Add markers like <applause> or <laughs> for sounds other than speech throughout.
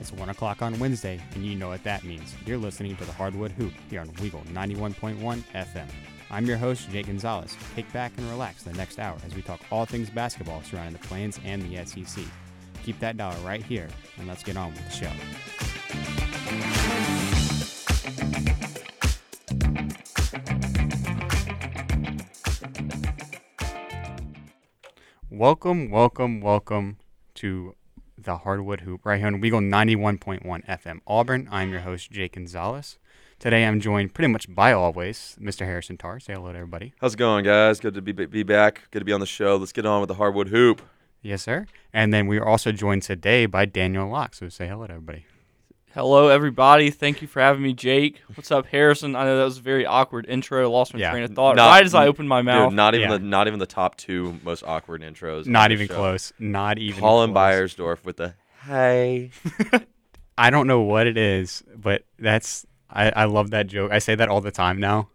It's 1 o'clock on Wednesday, and you know what that means. You're listening to the Hardwood Hoop here on Weagle 91.1 FM. I'm your host, Jake Gonzalez. Kick back and relax the next hour as we talk all things basketball surrounding the Plains and the SEC. Keep that dollar right here, and let's get on with the show. Welcome, welcome, welcome to the Hardwood Hoop right here on Weagle 91.1 FM Auburn. I'm your host, Jake Gonzalez. Today I'm joined pretty much by always Mr. Harrison Tarr. Say hello to everybody. How's it going, guys? Good to be be back. Good to be on the show. Let's get on with the hardwood hoop. Yes, sir. And then we are also joined today by Daniel Locke. So say hello to everybody. Hello, everybody. Thank you for having me, Jake. What's up, Harrison? I know that was a very awkward intro. Lost my Yeah. train of thought Not- right as I opened my mouth. Dude, not even Yeah. the not even the top two most awkward intros. Not on the even show. close. Not even Colin close. Byersdorf with the hey. I don't know what it is, but that's I, I love that joke. I say that all the time now.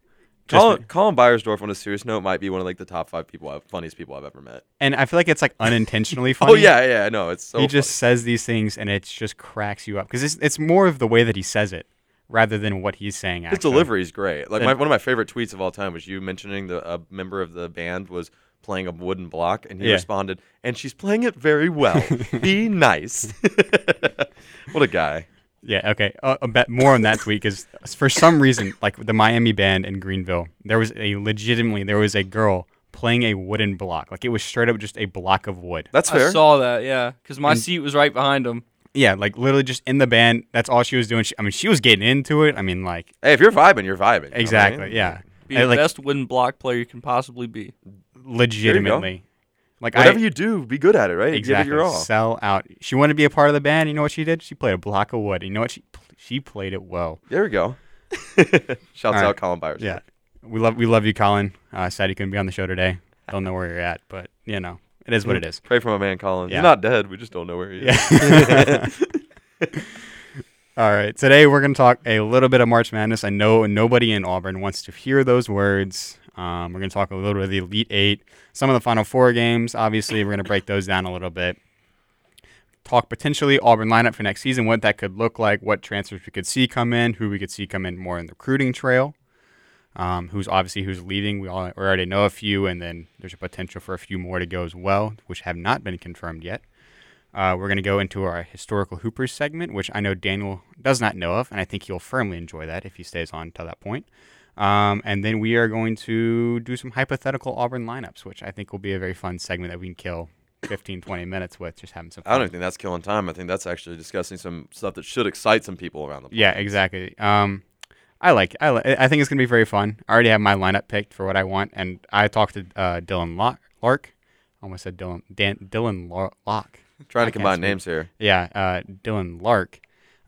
Just- Colin, Colin Byersdorf, on a serious note, might be one of like the top five people, I've, funniest people I've ever met. and I feel like it's like <laughs> unintentionally funny. Oh yeah, yeah, no, it's so. he just says these things and it just cracks you up because it's, it's more of the way that he says it rather than what he's saying. funny. his actually. delivery is great. Like my, one of my favorite tweets of all time was you mentioning the a member of the band was playing a wooden block, and he Yeah. responded, "And she's playing it <laughs> very well. be nice." <laughs> what a guy. Yeah. Okay. Uh, a bit more on that tweet because for some reason, like the Miami band in Greenville, there was a legitimately there was a girl playing a wooden block. Like it was straight up just a block of wood. That's I fair. saw that, yeah, because my seat was right behind him. Yeah. Like literally just in the band. That's all she was doing. She, I mean, she was getting into it. I mean, like Hey, if you're vibing, you're vibing. you know what I exactly. mean? Yeah. Be I, the like best wooden block player you can possibly be. legitimately. Like Whatever I, you do, be good at it, right? exactly Give it your all. sell out. She wanted to be a part of the band. You know what she did? She played a block of wood. You know what she she played it well. There <laughs> we go. Shouts All right. out Colin Byers. Yeah, we love we love you, Colin. Uh, sad you couldn't be on the show today. Don't know where you're at, but you know it is what it <laughs> is. Pray for my man, Colin. Yeah. He's not dead. We just don't know where he is. Yeah. All right, today we're gonna talk a little bit of March Madness. I know nobody in Auburn wants to hear those words. Um, we're gonna talk a little bit of the Elite Eight, some of the Final Four games. Obviously, we're gonna break those down a little bit. Talk potentially Auburn lineup for next season, what that could look like, what transfers we could see come in, who we could see come in more in the recruiting trail. um, who's obviously who's leaving. We, all, we already know a few, and then there's a potential for a few more to go as well, which have not been confirmed yet. Uh, we're going to go into our historical Hoopers segment, which I know Daniel does not know of, and I think he'll firmly enjoy that if he stays on till that point. Um, and then we are going to do some hypothetical Auburn lineups, which I think will be a very fun segment that we can kill 15, 20 minutes with, just having some fun. I don't even think that's killing time. I think that's actually discussing some stuff that should excite some people around the place. Yeah, exactly. Um, I like. I li- I think it's gonna be very fun. I already have my lineup picked for what I want, and I talked to uh, Dylan Lock, Lark. Almost said Dylan Dan, Dylan Lar- Lock. Trying I to can't combine speak. names here. Yeah, uh, Dylan Lark.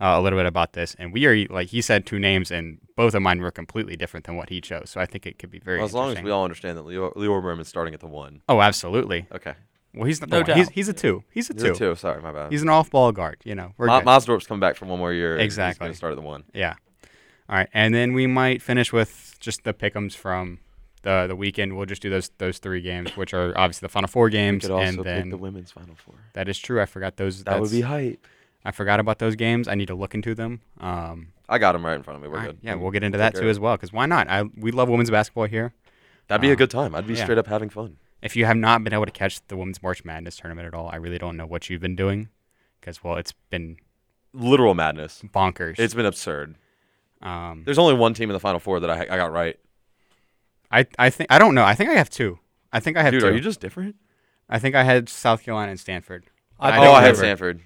Uh, a little bit about this, and we are like he said two names, and both of mine were completely different than what he chose. So I think it could be very. Well, as long as interesting. we all understand that Leo, Leo Berman's starting at the one. Oh, absolutely. Okay. Well, he's not the No one. He's, doubt. he's a two. He's a You're two. a two. Sorry, my bad. He's an off-ball guard. You know, we're Ma- good. Mosdorp's coming back for one more year. and He's Exactly. going to start at the one. Yeah. All right, and then we might finish with just the pickums from the the weekend. We'll just do those those three games, which are obviously the final four games, and then women's final four. that is true. I forgot those. That would be that's- hype. I forgot about those games. I need to look into them. Um, I got him right in front of me. We're all right, good. yeah, we'll get into that too Take care. as well, because why not? I we love women's basketball here. That'd be a good time. I'd be uh, yeah. straight up having fun. If you have not been able to catch the women's March Madness tournament at all, I really don't know what you've been doing, because well, it's been Literal madness. bonkers. It's been absurd. um, There's only one team in the Final Four that I, I got right. I I think I don't know. I think I have two. I think I have Dude, two. are you just different? I think I had South Carolina and Stanford. I I picked, don't oh, I had remember. Stanford.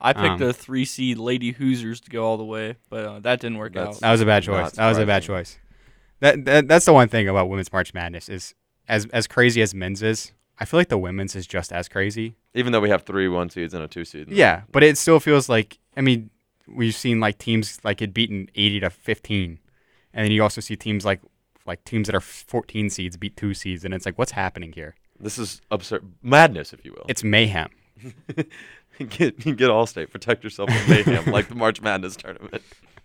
I picked Um, the three seed Lady Hoosiers to go all the way, but uh, that didn't work out. That's- That was a bad Not choice. That was a bad choice. That, that that's the one thing about Women's March Madness is as as crazy as men's is. I feel like the women's is just as crazy. Even though we have three one seeds and a two seed. in the- Yeah, but it still feels like I mean we've seen like teams like it beaten eighty to fifteen, and then you also see teams like like teams that are fourteen seeds beat two seeds, and it's like what's happening here? This is absurd. Madness, if you will. <laughs> It's mayhem. get, get Allstate. Protect yourself from mayhem, like the March Madness tournament. <laughs>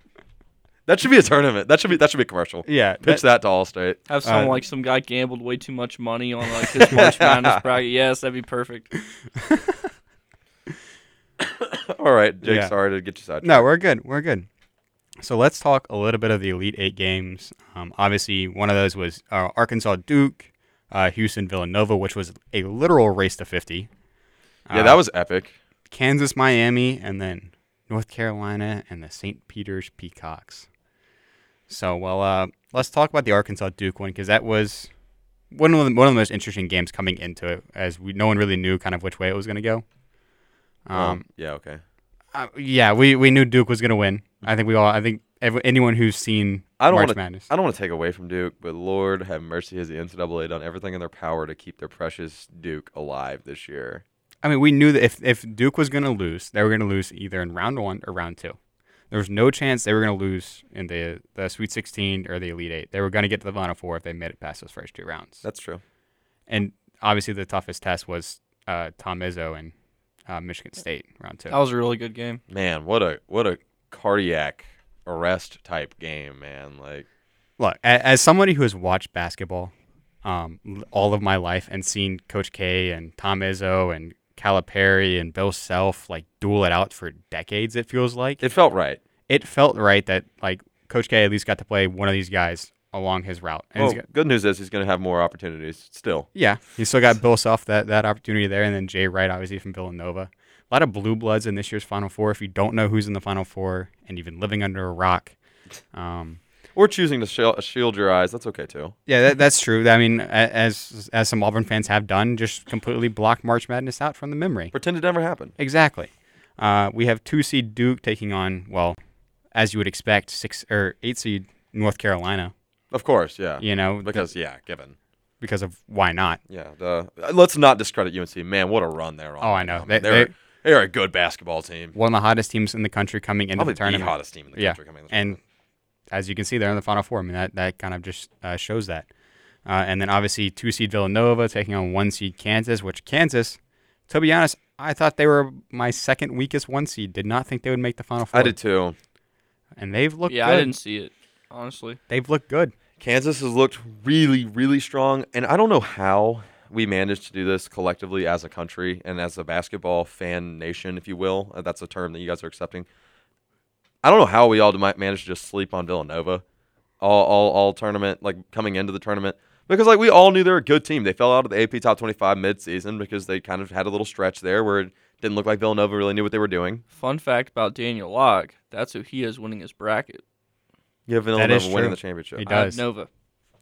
That should be a tournament. That should be that should be a commercial. Yeah, Pitch that to All State. Have some Uh, like some guy gambled way too much money on like his <laughs> March Madness bracket. Yes, that'd be perfect. All right, Jake. Yeah. Sorry to get you sidetracked. No, we're good. We're good. So let's talk a little bit of the Elite Eight games. Um, obviously, one of those was uh, Arkansas Duke, uh, Houston Villanova, which was a literal race to 50. Yeah, that was epic. Kansas Miami, and then North Carolina and the St. Peter's Peacocks. So, well, uh, let's talk about the Arkansas Duke one because that was one of the one of the most interesting games coming into it, as we, no one really knew kind of which way it was going to go. Um, Um, yeah. Okay. uh, yeah, we, we knew Duke was going to win. I think we all. I think ev- anyone who's seen I don't March wanna- Madness. I don't want to take away from Duke, but Lord have mercy, has the NCAA done everything in their power to keep their precious Duke alive this year? I mean, we knew that if if Duke was going to lose, they were going to lose either in round one or round two. There was no chance they were going to lose in the the Sweet 16 or the Elite Eight. They were going to get to the Final Four if they made it past those first two rounds. That's true. And obviously, the toughest test was uh, Tom Izzo and uh, Michigan State round two. That was a really good game. Man, what a what a cardiac arrest type game, man. Like Look, a- as somebody who has watched basketball um, l- all of my life and seen Coach K and Tom Izzo and Calipari and Bill Self like duel it out for decades, it feels like it felt right. it felt right that like Coach K at least got to play one of these guys along his route. And Well, he's got- good news is he's going to have more opportunities still. yeah, he still got Bill Self that that opportunity there, and then Jay Wright obviously from Villanova. A lot of blue bloods in this year's Final Four. If you don't know who's in the Final Four, and you've been living under a rock. Um, Or choosing to shel- shield your eyes, that's okay too. Yeah, that, that's true. I mean, a- as as some Auburn fans have done, just completely block March Madness out from the memory. Pretend it never happened. Exactly. Uh, we have two seed Duke taking on, well, as you would expect, six or eight seed North Carolina. Of course, yeah. You know, th- Because yeah, given. because of why not? Yeah, duh. Uh, let's not discredit UNC. Man, what a run they're on. Oh, I right know. now, They- man. They're, they- they are a good basketball team. One of the hottest teams in the country coming into Probably the tournament. the hottest team in the yeah, country coming in this and as you can see, they're in the Final Four. I mean, that that kind of just uh, shows that. Uh, and then obviously two seed Villanova taking on one seed Kansas, which Kansas, to be honest, I thought they were my second weakest one seed. Did not think they would make the Final Four. I did too. and they've looked yeah, good. I didn't see it honestly. They've looked good. Kansas has looked really, really strong, and I don't know how we managed to do this collectively as a country and as a basketball fan nation, if you will. Uh, That's a term that you guys are accepting. I don't know how we all might manage to just sleep on Villanova all, all, all tournament, like coming into the tournament. Because like we all knew they were a good team. They fell out of the AP top 25 midseason because they kind of had a little stretch there where it didn't look like Villanova really knew what they were doing. Fun fact about Daniel Locke: that's who he is winning his bracket. Yeah, Villanova is true. winning the championship. He I have does. Nova.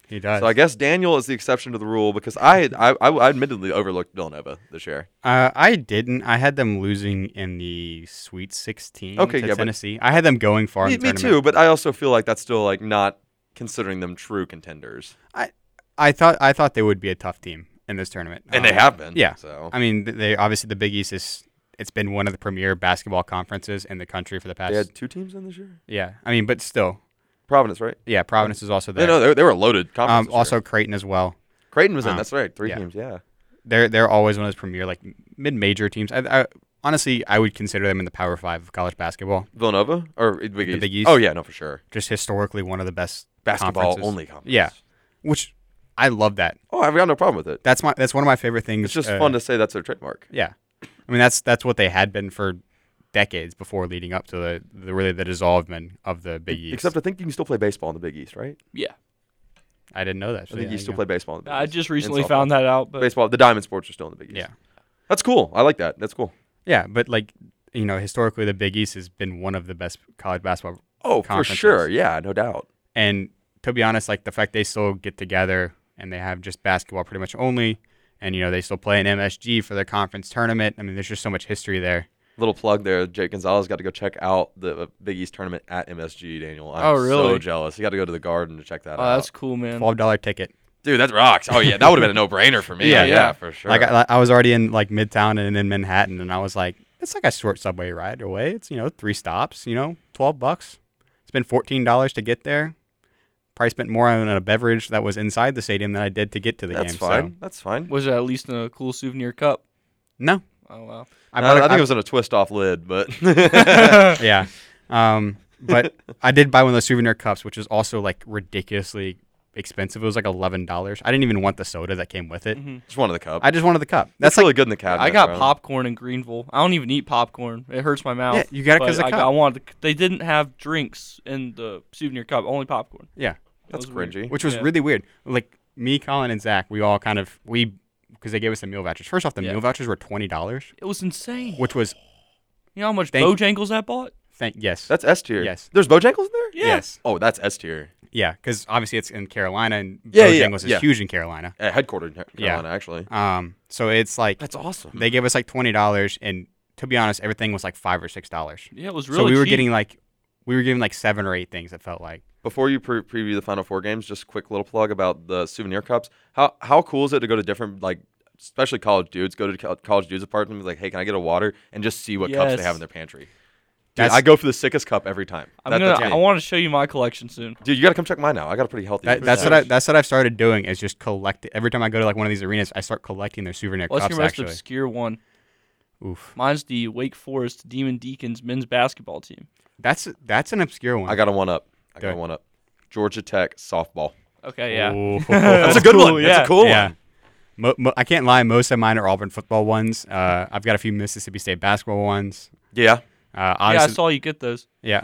He does. So I guess Daniel is the exception to the rule because I I, I- I admittedly overlooked Villanova this year. Uh, I didn't. I had them losing in the Sweet 16 Okay, to yeah, but- Tennessee. I had them going far. Me, in the me tournament. too, but I also feel like that's still like not considering them true contenders, I thought I thought they would be a tough team in this tournament, and they Um, have been. yeah. So I mean, th- they obviously the Big East is it's been one of the premier basketball conferences in the country for the past. they had two teams in this year. yeah, I mean, but still, Providence, right? yeah, Providence is also They, there. no, they, they were loaded. Conference um, this year. also Creighton as well. Creighton was in. um, that's right. Three yeah. teams. Yeah. They're they're always one of those premier like mid major teams. I, I, honestly, I would consider them in the Power Five of college basketball. Villanova or Big East? Big East. Oh yeah, no for sure. Just historically, one of the best Basketball conferences. only conference. Yeah. which I love that. Oh, I've got no problem with it. That's my that's one of my favorite things. It's just uh, fun to say that's their trademark. Yeah, I mean that's that's what they had been for decades before leading up to the, the really the dissolvement of the Big East. Except I think you can still play baseball in the Big East, right? Yeah, I didn't know that. I so think yeah, you there still go. play baseball. In the Big I East just and recently softball. found that out. But baseball. The Diamond Sports are still in the Big East. Yeah. That's cool. I like that. That's cool. Yeah, but like you know, historically the Big East has been one of the best college basketball. Oh, for conferences. sure. Yeah, no doubt. And to be honest, like the fact they still get together and they have just basketball pretty much only, and you know they still play in MSG for their conference tournament. I mean, there's just so much history there. Little plug there. Jake Gonzalez got to go check out the uh, Big East tournament at MSG. Daniel, I'm Oh, so really? jealous. You got to go to the Garden to check that oh, out. that's cool, man. Twelve dollar ticket. Dude, that rocks. Oh yeah, that would have been a no-brainer for <laughs> me. Yeah, yeah, yeah. for sure. Like I, I was already in like Midtown and in Manhattan, and I was like, it's like a short subway ride away. It's you know three stops. You know, twelve bucks. It's been fourteen dollars to get there. Probably spent more on a beverage that was inside the stadium than I did to get to the that's game. fine. So That's fine. Was it at least in a cool souvenir cup? no, Oh wow. I, No, bought I, it- think I- <laughs> <laughs> it was in a twist-off lid, but yeah, yeah. Um, <laughs> But I did buy one of those souvenir cups, which is also like ridiculously expensive. It was like eleven dollars. I didn't even want the soda that came with it. Just one of the cup. I just wanted the cup. Mm-hmm. That's That's really good in the cabinet. I got bro. popcorn in Greenville. I don't even eat popcorn. It hurts my mouth. Yeah, you got it but 'cause of I, cup. I wanted. to- They didn't have drinks in the souvenir cup. Only popcorn. Yeah. That That's was weird. cringy. which was Yeah. really weird. Like me, Colin, and Zach, we all kind of we because they gave us the meal vouchers. First off, the Yeah. meal vouchers were twenty dollars, It was insane. which was you know how much Thank- Bojangles I bought? thank yes, That's S tier. Yes. There's Bojangles in there. Yeah. yes, Oh, that's S tier. yeah, because obviously it's in Carolina and Yeah, yeah, Bojangles is yeah. huge in Carolina. Uh, headquartered in Ca- Yeah. Carolina, actually. Um, so it's like That's awesome. they gave us like twenty dollars, and to be honest, everything was like five or six dollars. Yeah, it was So really. we were cheap. getting like we were getting like seven or eight things. It felt like Before you pre- preview the final four games, just quick little plug about the souvenir cups. How how cool is it to go to different like, especially college dudes, go to co- college dudes' apartment and be like, hey, can I get a water and just see what cups they have Yes. in their pantry. Dude, That's- I go for the sickest cup every time. I'm That- gonna. that's I me. want to show you my collection soon. Dude, you gotta come check mine now. I got a pretty healthy. that, food that's what I stash. that's what I've started doing is just collect. Every time I go to like one of these arenas, I start collecting their souvenir Let's hear cups. the most Actually, obscure one. oof, Mine's the Wake Forest Demon Deacons men's basketball team. that's that's an obscure one. I got a one up. I got Okay. a one up. Georgia Tech softball. Okay, <laughs> yeah. Ooh. That's a good cool, one. That's yeah. a cool yeah. Mo- one. mo- I can't lie. Most of mine are Auburn football ones. Uh, I've got a few Mississippi State basketball ones. Yeah. Uh, yeah, I obviously, saw you get those. yeah.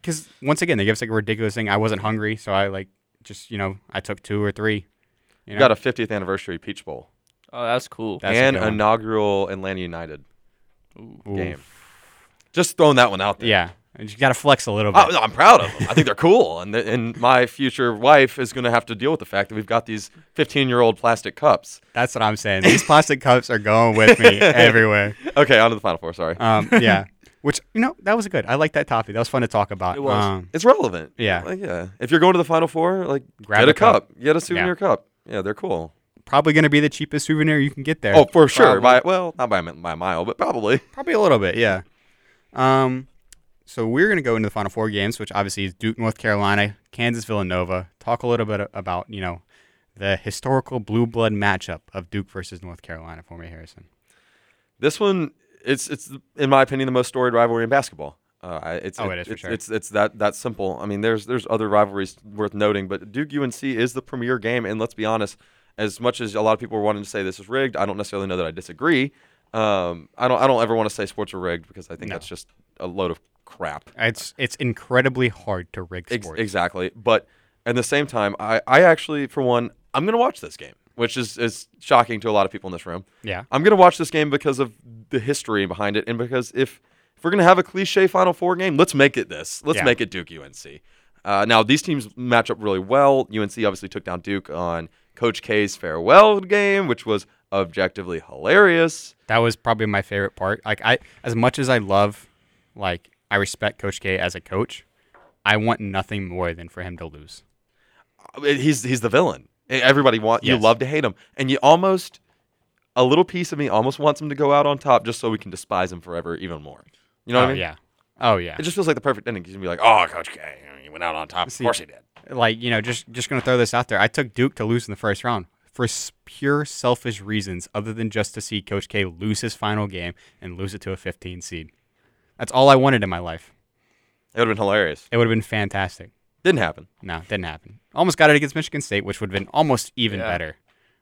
Because once again, they give us like a ridiculous thing. I wasn't hungry, so I like just you know I took two or three. You You know? got a 50th anniversary Peach Bowl Oh, that's cool. That's a and good one. inaugural Atlanta United Ooh. game. Just throwing that one out there. Yeah, and you got to flex a little bit. I, I'm proud of them. I think they're cool, and th- and my future wife is going to have to deal with the fact that we've got these 15 year old plastic cups. That's what I'm saying. These plastic cups are going with <laughs> me everywhere. Okay, on to the final four. Sorry, Um, <laughs> yeah, which you know that was good. I like that topic. That was fun to talk about. It was. Um, it's relevant. yeah. Like, yeah. If you're going to the final four, like Grab get a a cup. get a souvenir cup. Yeah, they're cool. probably going to be the cheapest souvenir you can get there. Oh, for sure. Probably. By well, not by, a mi- by a mile, but probably. Probably a little bit, yeah. Um, so we're going to go into the final four games, which obviously is Duke, North Carolina, Kansas, Villanova. Talk a little bit about you know the historical blue blood matchup of Duke versus North Carolina for me, Harrison. This one, it's it's in my opinion the most storied rivalry in basketball. Uh, I- it's, Oh, it is for it's, sure. It's it's that that simple. I mean, there's there's other rivalries worth noting, but Duke UNC is the premier game. And let's be honest, as much as a lot of people are wanting to say this is rigged, I don't necessarily know that I disagree. Um, I don't I don't ever want to say sports are rigged because I think No. that's just a load of crap. It's it's incredibly hard to rig Ex- sports. exactly. But at the same time, I I actually for one I'm gonna watch this game, which is is shocking to a lot of people in this room. yeah, I'm gonna watch this game because of the history behind it, and because if if we're gonna have a cliche Final Four game, let's make it this. Let's Yeah. make it Duke UNC. Uh, now these teams match up really well. UNC obviously took down Duke on Coach K's farewell game, which was objectively hilarious. that was probably my favorite part. Like I, as much as I love, like I respect Coach K as a coach, I want nothing more than for him to lose. I mean, He's he's the villain. E, Everybody want you Yes. love to hate him, and you almost a little piece of me almost wants him to go out on top just so we can despise him forever even more. You know oh what I mean? yeah, oh yeah. It just feels like the perfect ending. He's gonna be like, "Oh, Coach K, he went out on top. See, of course he did." like you know just just gonna throw this out there i took duke to lose in the first round for s- pure selfish reasons other than just to see coach k lose his final game and lose it to a 15 seed that's all i wanted in my life It would have been hilarious. it would have been fantastic Didn't happen. no didn't happen almost got it against michigan state which would have been almost even Yeah. better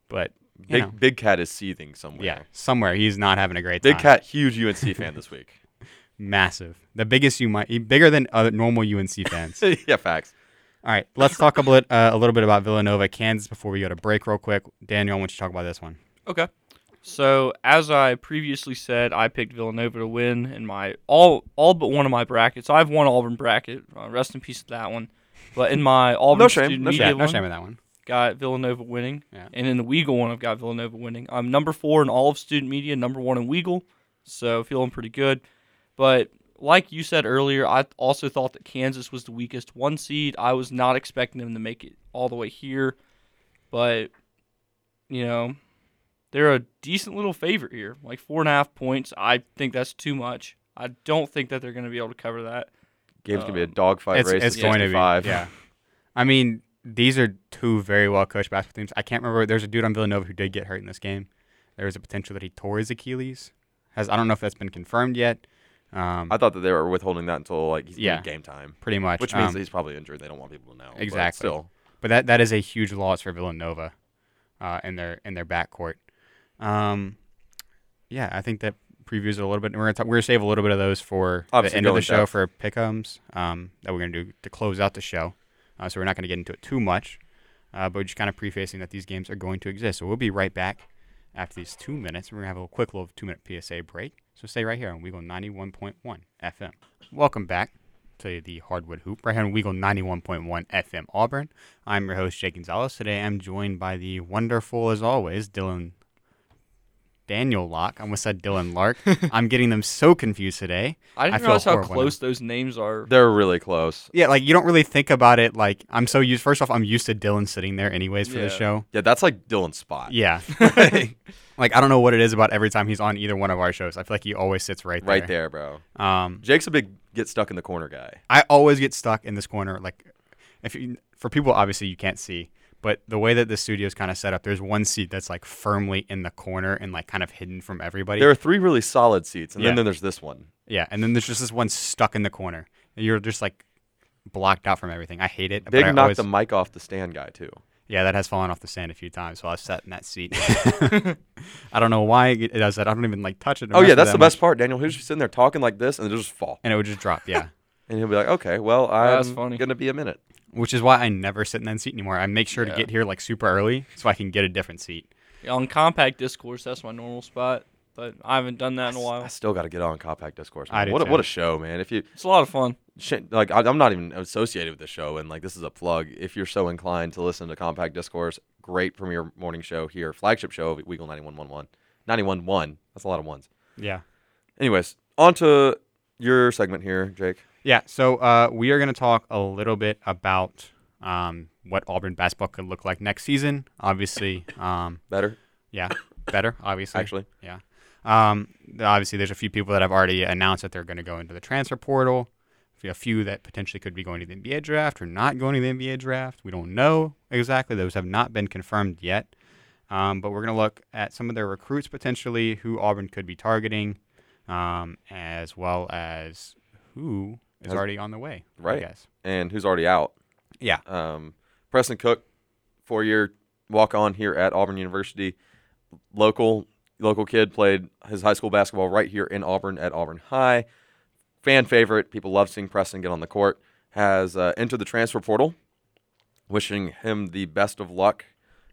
but you Big know, Big Cat is seething somewhere. yeah somewhere he's not having a great Big time Cat, huge UNC fan this week. <laughs> <laughs> massive the biggest you might bigger than other normal unc fans yeah, facts. all right let's talk a, bit, uh, a little bit about villanova kansas before we go to break real quick daniel i want you to talk about this one Okay. So as I previously said, I picked Villanova to win in my all all but one of my brackets. I have one Auburn bracket. Uh, rest in peace to that one. But in my Auburn shame, <laughs> student no shame. media yeah, no one, shame in that one got Villanova winning, Yeah. and in the Weagle one, I've got Villanova winning. I'm number four in all of student media, number one in Weagle, so feeling pretty good. But like you said earlier, I th- also thought that Kansas was the weakest one seed. I was not expecting them to make it all the way here, but you know, they're a decent little favorite here, like four and a half points. I think that's too much. I don't think that they're going to be able to cover that. Game's gonna be a dogfight Uh, it's, race. it's to going to 65. be. Yeah. I mean, these are two very well coached basketball teams. I can't remember. There's a dude on Villanova who did get hurt in this game. There was a potential that he tore his Achilles. Has I don't know if that's been confirmed yet. Um, I thought that they were withholding that until like he's Yeah. yeah. game time, pretty much. which means Um, that he's probably injured. They don't want people to know. but exactly. still, but that that is a huge loss for Villanova uh, in their in their backcourt. Um, yeah, I think that previews it a little bit. We're gonna talk, we're gonna save a little bit of those for Obviously the end of the going show depth. for pickums um, that we're gonna do to close out the show. Uh, so we're not gonna get into it too much, uh, but we're just kind of prefacing that these games are going to exist. So we'll be right back after these two minutes. We're gonna have a little quick little two minute PSA break. So stay right here on Weagle ninety one point one FM. Welcome back to the Hardwood Hoop right here on Weagle 91.1 FM Auburn. I'm your host, Jake Gonzalez. Today I'm joined by the wonderful, as always, Dylan Daniel Locke. I almost said Dylan Lark. I'm getting them so confused today. I I didn't feel realize how horrible now. close those names are. they're really close. Yeah, like you don't really think about it. Like I'm so used. First off, I'm used to Dylan sitting there anyways for the Yeah. show. Yeah, that's like Dylan's spot. Yeah. <laughs> like I don't know what it is about every time he's on either one of our shows. I feel like he always sits right there. right there, bro. there. Um, Jake's a big get stuck in the corner guy. I always get stuck in this corner. Like, if you, for people, obviously you can't see, but the way that the studio's kind of set up, there's one seat that's like firmly in the corner and like kind of hidden from everybody. There are three really solid seats, and Yeah. then, then there's this one. yeah, and then there's just this one stuck in the corner. And you're just like blocked out from everything. I hate it. but Big I knocked always- the mic off the stand guy too. Oh, Yeah, that has fallen off the sand a few times, so I was sat in that seat. <laughs> I don't know why it does that. I don't even like touch it. or Oh mess yeah, with that's it the that best part. Daniel, he's just sitting there talking like this, and it'll just fall, much. And it would just drop. Yeah. and he'll be like, "Okay, well, Yeah, I'm that's funny. gonna be a minute." Which is why I never sit in that seat anymore. I make sure to Yeah. get here like super early so I can get a different seat. On compact discourse, that's my normal spot, but I haven't done that in a I s- I while. still got to get on Compact Discourse. I Man. do What a, too. what a show, man! If you It's a lot of fun. sh- like, I, I'm not even associated with the show, and like this is a plug. If you're so inclined to listen to Compact Discourse, great premiere morning show here, flagship show of Weagle 9111, 911. That's a lot of ones. Yeah. Anyways, on to your segment here, Jake. Yeah, so uh, we are going to talk a little bit about um, what Auburn basketball could look like next season. Obviously, um, Better yeah, better. Obviously, actually. yeah. Um, th- obviously, there's a few people that have already announced that they're going to go into the transfer portal. F- A few that potentially could be going to the NBA draft or not going to the NBA draft. We don't know exactly; those have not been confirmed yet. Um, but we're going to look at some of their recruits potentially, who Auburn could be targeting, um, as well as who is Has- already on the way. Right. I guess. and who's already out. Yeah. Um, Preston Cook, four year walk on here at Auburn University. Local local kid played his high school basketball right here in Auburn at Auburn High. Fan favorite. People love seeing Preston get on the court. Has uh, entered the transfer portal. Wishing him the best of luck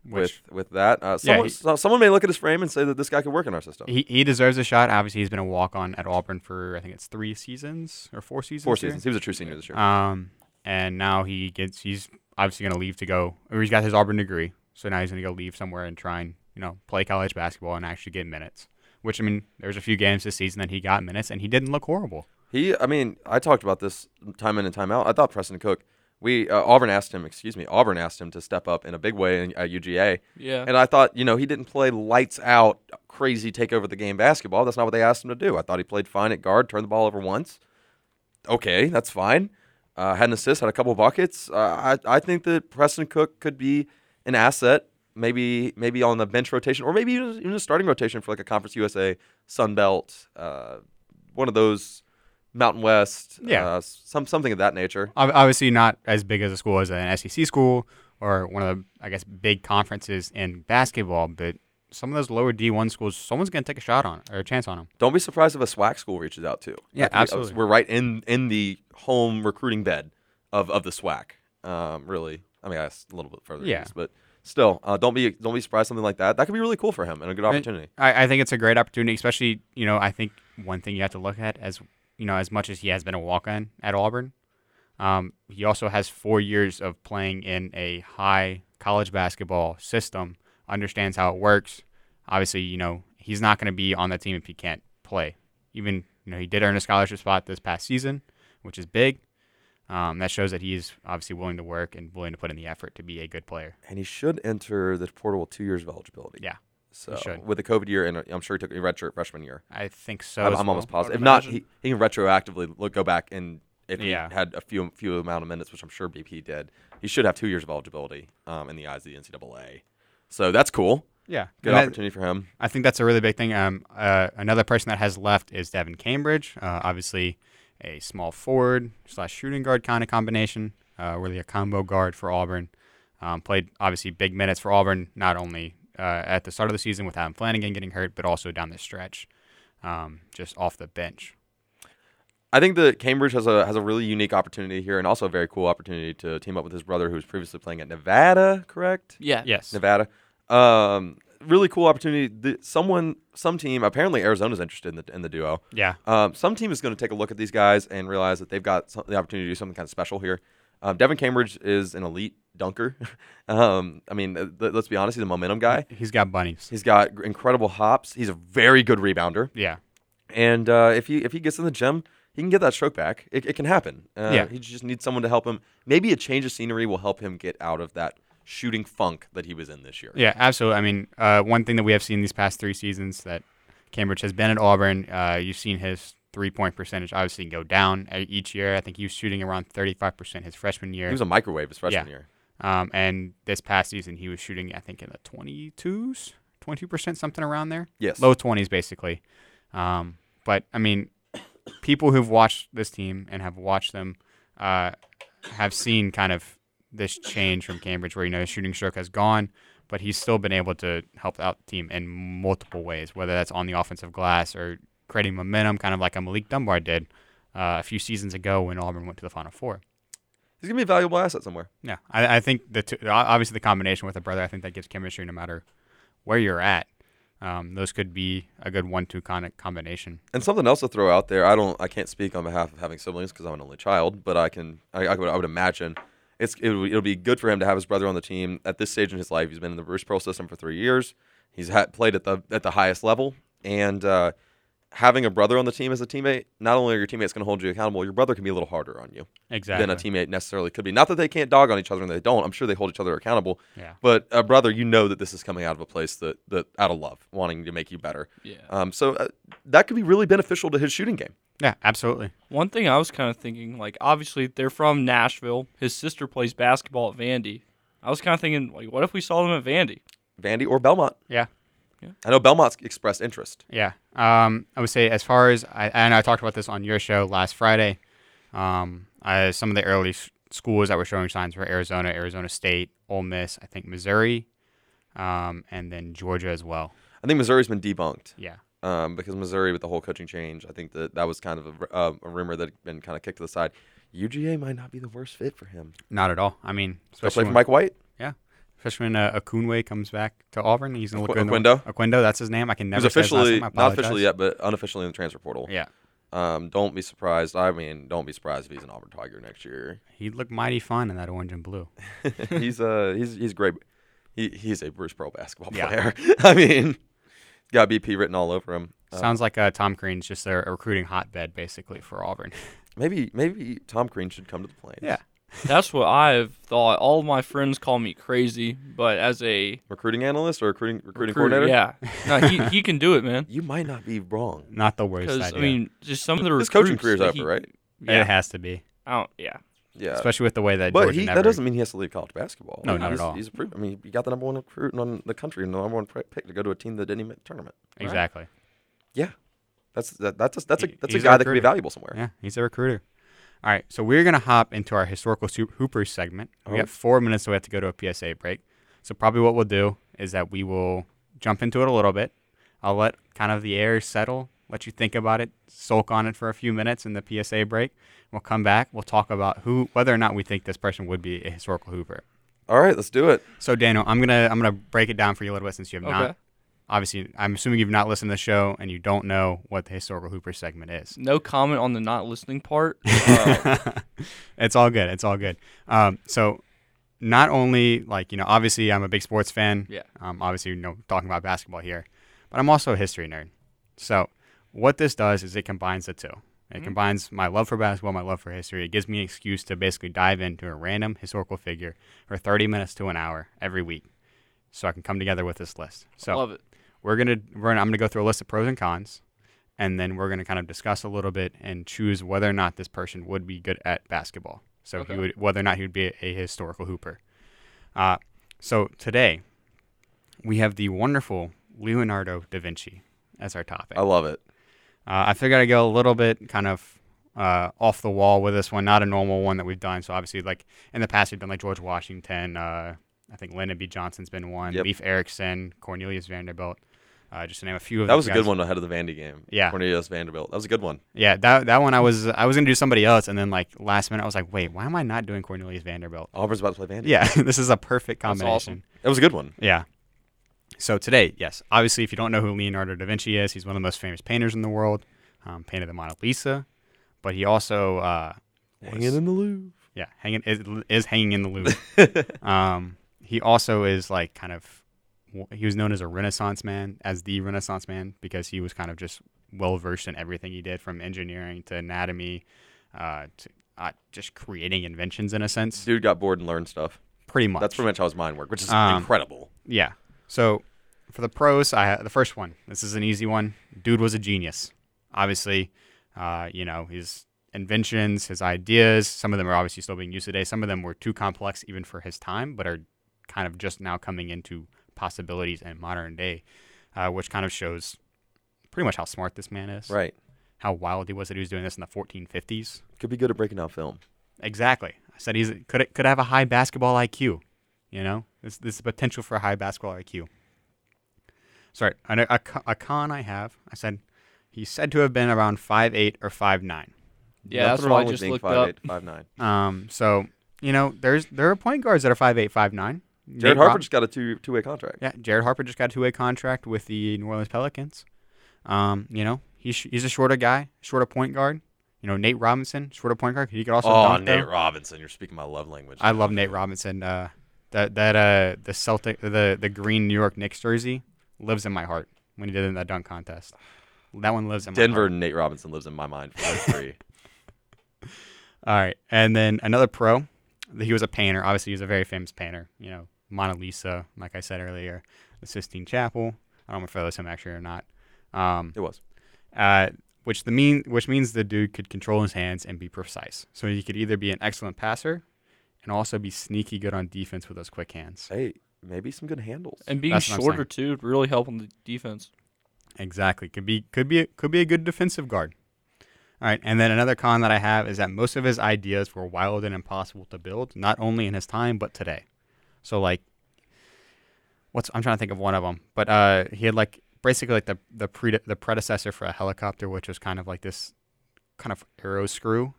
Which- with with that. Uh, someone, he- so- someone may look at his frame and say that this guy could work in our system. He, he deserves a shot. Obviously, he's been a walk on at Auburn for I think it's three seasons or four seasons. Four here. seasons. He was a true senior this year. Um, and now he gets he's obviously going to leave to go, or he's got his Auburn degree, so now he's going to go leave somewhere and try and you know play college basketball and actually get minutes. Which I mean, there's a few games this season that he got minutes and he didn't look horrible. He, I mean, I talked about this time in and time out. I thought Preston Cook, we uh, Auburn asked him, excuse me, Auburn asked him to step up in a big way in, at UGA, Yeah. and I thought, you know, he didn't play lights out, crazy take over the game basketball. That's not what they asked him to do. I thought he played fine at guard, turned the ball over once. Okay, that's fine. Uh, had an assist, had a couple buckets. Uh, I, I think that Preston Cook could be an asset, maybe maybe on the bench rotation or maybe even, even a starting rotation for like a Conference USA, Sun Belt, uh, one of those Mountain West, Yeah. uh, some something of that nature. Ob- Obviously, not as big as a school as an SEC school or one of the I guess big conferences in basketball, but some of those lower D1 schools, someone's going to take a shot on or a chance on him. Don't be surprised if a SWAC school reaches out too. Yeah, Like, we- uh, absolutely. We're right in in the home recruiting bed of, of the SWAC. Um, really, I mean, I guess a little bit further. Yeah. east, but still, uh, don't be don't be surprised something like that. That could be really cool for him and a good And opportunity. I, I think it's a great opportunity, especially you know. I think one thing you have to look at as you know, as much as he has been a walk-on at Auburn, um, he also has four years of playing in a high college basketball system. Understands how it works. Obviously, you know he's not going to be on that team if he can't play. Even you know he did earn a scholarship spot this past season, which is big. Um, that shows that he's obviously willing to work and willing to put in the effort to be a good player. and he should enter the portal with two years of eligibility. Yeah, So should. with the COVID year, and uh, I'm sure he took a redshirt freshman year. I think so. I'm, as I'm well. almost I would positive. If not, he, imagine. he can retroactively look go back and if Yeah. he had a few few amount of minutes, which I'm sure BP did, he should have two years of eligibility um, in the eyes of the NCAA. So that's cool. Yeah. Good And that- opportunity for him. I think that's a really big thing. Um, uh, another person that has left is Devin Cambridge. Uh, obviously, a small forward slash shooting guard kind of combination. Uh, really a combo guard for Auburn. Um, played obviously big minutes for Auburn, not only uh, at the start of the season with Adam Flanagan getting hurt, but also down the stretch, um, just off the bench. I think that Cambridge has a has a really unique opportunity here, and also a very cool opportunity to team up with his brother, who was previously playing at Nevada. Correct? Yeah. Yes. Nevada. Um, really cool opportunity. The, someone, some team. Apparently, Arizona's interested in the in the duo. Yeah. Um, some team is going to take a look at these guys and realize that they've got some, the opportunity to do something kind of special here. Um, Devin Cambridge is an elite dunker. <laughs> um, I mean, uh, let- let's be honest, he's a momentum guy. He's got bunnies. He's got gr- incredible hops. He's a very good rebounder. Yeah. And uh, if he if he gets in the gym, he can get that stroke back. It, it can happen. Uh, Yeah. He just needs someone to help him. Maybe a change of scenery will help him get out of that shooting funk that he was in this year. Yeah, absolutely. I mean, uh, one thing that we have seen these past three seasons that Cambridge has been at Auburn, uh, you've seen his three point percentage obviously go down e- each year. I think he was shooting around 35% his freshman year. He was a microwave his freshman Yeah. year. um, and this past season, he was shooting, I think, in the 22s, 22%, something around there. Yes. Low 20s, basically. Um, but, I mean, people who've watched this team and have watched them uh, have seen kind of this change from Cambridge where, you know, his shooting stroke has gone, but he's still been able to help out the team in multiple ways, whether that's on the offensive glass or creating momentum, kind of like a Malik Dunbar did uh, a few seasons ago when Auburn went to the Final Four. He's gonna be a valuable asset somewhere. Yeah, I, I think the two, o- obviously the combination with a brother, I think that gives chemistry no matter where you're at. Um, those could be a good one-two kind of combination. And something else to throw out there, I don't, I can't speak on behalf of having siblings because I'm an only child, but I can, I, I, would, I would imagine it's it would, it'll be good for him to have his brother on the team at this stage in his life. He's been in the Bruce Pearl system for three years. He's ha- played at the at the highest level, and uh, having a brother on the team as a teammate, not only are your teammates going to hold you accountable, your brother can be a little harder on you Exactly. than a teammate necessarily could be. Not that they can't dog on each other and they don't. I'm sure they hold each other accountable. Yeah. But a brother, you know that this is coming out of a place that that out of love, wanting to make you better. Yeah. Um, so uh, that could be really beneficial to his shooting game. Yeah, absolutely. One thing I was kind of thinking, like, obviously they're from Nashville. His sister plays basketball at Vandy. I was kind of thinking, like, what if we saw them <laughs> at Vandy? Vandy or Belmont. Yeah, I know Belmont's expressed interest. yeah. Um, I would say as far as I, I know, I talked about this on your show last Friday. Um, I, some of the early s- schools that were showing signs were Arizona, Arizona State, Ole Miss, I think Missouri, um, and then Georgia as well. I think Missouri's been debunked Yeah. um, because Missouri, with the whole coaching change, I think that that was kind of a, r- uh, a rumor that had been kind of kicked to the side. UGA might not be the worst fit for him. Not at all. I mean, Go especially play for when- Mike White. Yeah. Especially when uh, Akunwe comes back to Auburn, he's gonna look Aqu- good. in the- Aquendo? Aquendo, that's his name. I can never. Who's say his last officially name. I not officially apologize. yet, but unofficially in the transfer portal. Yeah, Um, don't be surprised. I mean, don't be surprised if he's an Auburn Tiger next year. <laughs> he looked mighty fun in that orange and blue. he's uh he's he's great. He he's a Bruce Pearl basketball Yeah. player. <laughs> I mean, got BP written all over him. Uh, Sounds like uh, Tom Crean's just a a recruiting hotbed basically for Auburn. maybe maybe Tom Crean should come to the Plains. Yeah. That's what I've thought. All of my friends call me crazy, but as a recruiting analyst or recruiting recruiting recruiter, coordinator. yeah, no, <laughs> he, he can do it, man. you might not be wrong. Not the worst Because idea. I mean, just some of the His coaching recruits career's that over, he- right? it Yeah, has to be, I don't, yeah. Yeah, especially with the way that. but Georgia he never, that doesn't mean he has to leave college basketball. No, I mean, not at he's, all. He's approved. I mean, you got the number one recruit in the country and the number one pri- pick to go to a team that didn't even make the tournament. exactly. Yeah, that's that, that's a, that's a He- that's a he's a guy that could be recruiter. valuable somewhere. Yeah, he's a recruiter. All right, so we're gonna hop into our historical su- hoopers segment. We got four minutes, so we have to go to a PSA break. So probably what we'll do is that we will jump into it a little bit. I'll let kind of the air settle, let you think about it, sulk on it for a few minutes in the PSA break. We'll come back. We'll talk about who, whether or not we think this person would be a historical hooper. All right, let's do it. So Daniel, I'm gonna I'm gonna break it down for you a little bit since you have Okay. not. Obviously, I'm assuming you've not listened to the show and you don't know what the historical hooper segment is. No comment on the not <laughs> listening part. <laughs> Uh, it's all good. It's all good. Um, so, not only like you know, obviously I'm a big sports fan. Yeah. Um, obviously, you know, talking about basketball here, but I'm also a history nerd. So, what this does is it combines the two. It Mm-hmm. combines my love for basketball, my love for history. It gives me an excuse to basically dive into a random historical figure for 30 minutes to an hour every week, so I can come together with this list. So Love it. we're gonna, we're gonna I'm gonna go through a list of pros and cons, and then we're gonna kind of discuss a little bit and choose whether or not this person would be good at basketball. So Okay. he would, whether or not he would be a, a historical hooper. Uh, so today, we have the wonderful Leonardo da Vinci as our topic. I love it. Uh, I figured I'd go a little bit kind of uh, off the wall with this one, not a normal one that we've done. So obviously, like in the past, we've done like George Washington. Uh, I think Lyndon B. Johnson's been one. Yep. Leif Erikson, Cornelius Vanderbilt, uh, just to name a few of. That those was a guys. good one ahead of the Vandy game. Yeah. Cornelius Vanderbilt. That was a good one. Yeah, that that one I was I was gonna do somebody else, and then like last minute I was like, wait, why am I not doing Cornelius Vanderbilt? Auburn's about to play Vandy. Yeah, <laughs> this is a perfect That's awesome. combination. That was a good one. Yeah. So today, yes, obviously, if you don't know who Leonardo da Vinci is, he's one of the most famous painters in the world. Um, painted the Mona Lisa, but he also uh, was- Hanging in the Louvre. yeah, hanging is, is hanging in the Louvre. um, he also is like kind of he was known as a Renaissance man, as the Renaissance man, because he was kind of just well versed in everything he did, from engineering to anatomy, uh, to uh, just creating inventions in a sense, Dude got bored and learned stuff. pretty much. That's pretty much how his mind worked, which is Um, incredible. Yeah. So for the pros, I the first one. This is an easy one. Dude was a genius. Obviously, uh, you know his inventions, his ideas. Some of them are obviously still being used today. Some of them were too complex even for his time, but are kind of just now coming into possibilities in modern day, uh, which kind of shows pretty much how smart this man is. Right. How wild he was that he was doing this in the 1450s. Could be good at breaking down film. Exactly. I said he's could could have a high basketball IQ. You know, this this is potential for a high basketball IQ. Sorry, a, a, co- a con I have. I said he's said to have been around five eight or five nine. Yeah, Nothing that's what wrong I with just being looked up. 5'8" to 5'9". Um, so you know, there's there are point guards that are five eight five nine. Jared Harper just got a two two way contract. yeah, Jared Harper just got a two way contract with the New Orleans Pelicans. Um, you know, he's he's a shorter guy, shorter point guard. You know, Nate Robinson, shorter point guard. He could also Oh, dunk, though. Nate Robinson, you're speaking my love language. I love Nate Robinson. Uh, that that uh, the Celtic, the the green New York Knicks jersey lives in my heart when he did it in that dunk contest. That one lives in my Denver heart. Nate Robinson lives in my mind for those three. All right, and then another pro. He was a painter. Obviously, he was a very famous painter. You know, Mona Lisa, like I said earlier, the Sistine Chapel. I don't know if that was him actually or not. Um, <laughs> it was. uh, which the mean which means the dude could control his hands and be precise. So he could either be an excellent passer, and also be sneaky good on defense with those quick hands. Hey, maybe some good handles. And being That's what I'm shorter too would really help on the defense. Exactly. Could be could be could be a good defensive guard. All right, and then another con that I have is that most of his ideas were wild and impossible to build, not only in his time but today. So like, what's I'm trying to think of one of them, but uh, he had like basically like the the pre the predecessor for a helicopter, which was kind of like this kind of arrow screw.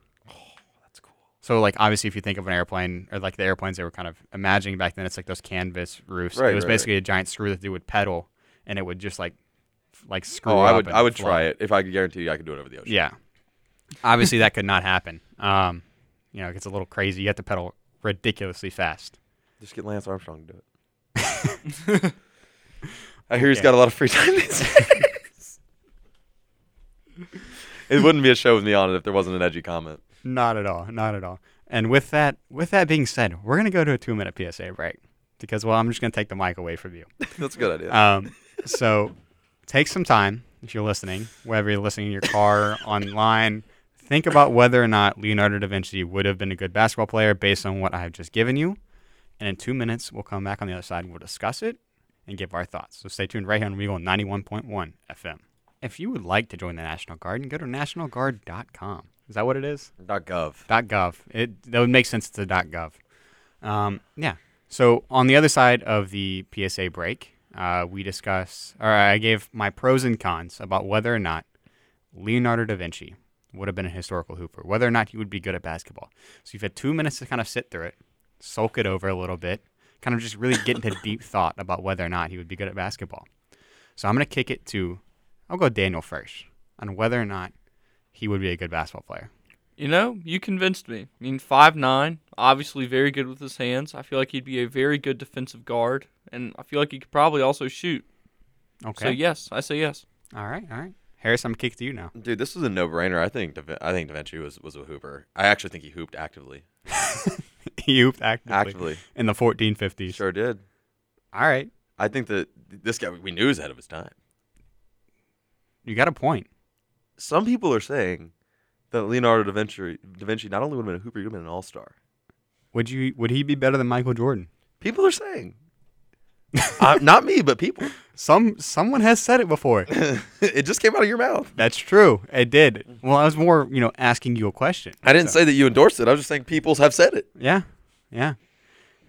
That's cool. So like obviously if you think of an airplane or like the airplanes they were kind of imagining back then, it's like those canvas roofs. Right, it was right, right. basically a giant screw that they would pedal, and it would just like f- like screw. Oh, I up would and I would fly. try it if I could guarantee you I could do it over the ocean. Yeah. Obviously, that could not happen. Um, you know, it gets a little crazy. You have to pedal ridiculously fast. Just get Lance Armstrong to do it. <laughs> I hear he's got a lot of free time these <laughs> days. it wouldn't be a show with me on it if there wasn't an edgy comment. Not at all. Not at all. And with that, with that being said, we're gonna go to a two-minute PSA break because, well, I'm just gonna take the mic away from you. That's a good idea. Um, so take some time if you're listening, whether you're listening in your car, <laughs> online. Think about whether or not Leonardo da Vinci would have been a good basketball player based on what I have just given you. And in two minutes, we'll come back on the other side and we'll discuss it and give our thoughts. So stay tuned right here on Regal 91.1 FM. If you would like to join the National Guard, you can go to nationalguard.com. Is that what it is? Dot gov. Dot gov. It that would make sense to dot gov. Um, yeah. So on the other side of the PSA break, uh, we discuss, or I gave my pros and cons about whether or not Leonardo da Vinci would have been a historical hooper, whether or not he would be good at basketball. So you've had two minutes to kind of sit through it, sulk it over a little bit, kind of just really get into deep thought about whether or not he would be good at basketball. So I'm gonna kick it to, I'll go Daniel first on whether or not he would be a good basketball player. You know, you convinced me. I mean, five nine, obviously very good with his hands. I feel like he'd be a very good defensive guard, and I feel like he could probably also shoot. Okay. So yes, I say yes. All right, all right. Harris, I'm kicked to you now. <laughs> Dude, this was a no-brainer. I think Da Vin- I think Da Vinci was, was a hooper. I actually think he hooped actively. he hooped actively, Actively, in the 1450s. sure did. All right, I think that this guy we knew was ahead of his time. you got a point. Some people are saying that Leonardo da Vinci, da Vinci not only would have been a hooper, he would have been an all-star. Would you? Would he be better than Michael Jordan? <laughs> People are saying I, not me, but people. Some someone has said it <laughs> before. it just came out of your mouth. That's true. It did. Well, I was more, you know, asking you a question. I didn't So- say that you endorsed it. I was just saying people have said it. Yeah, yeah.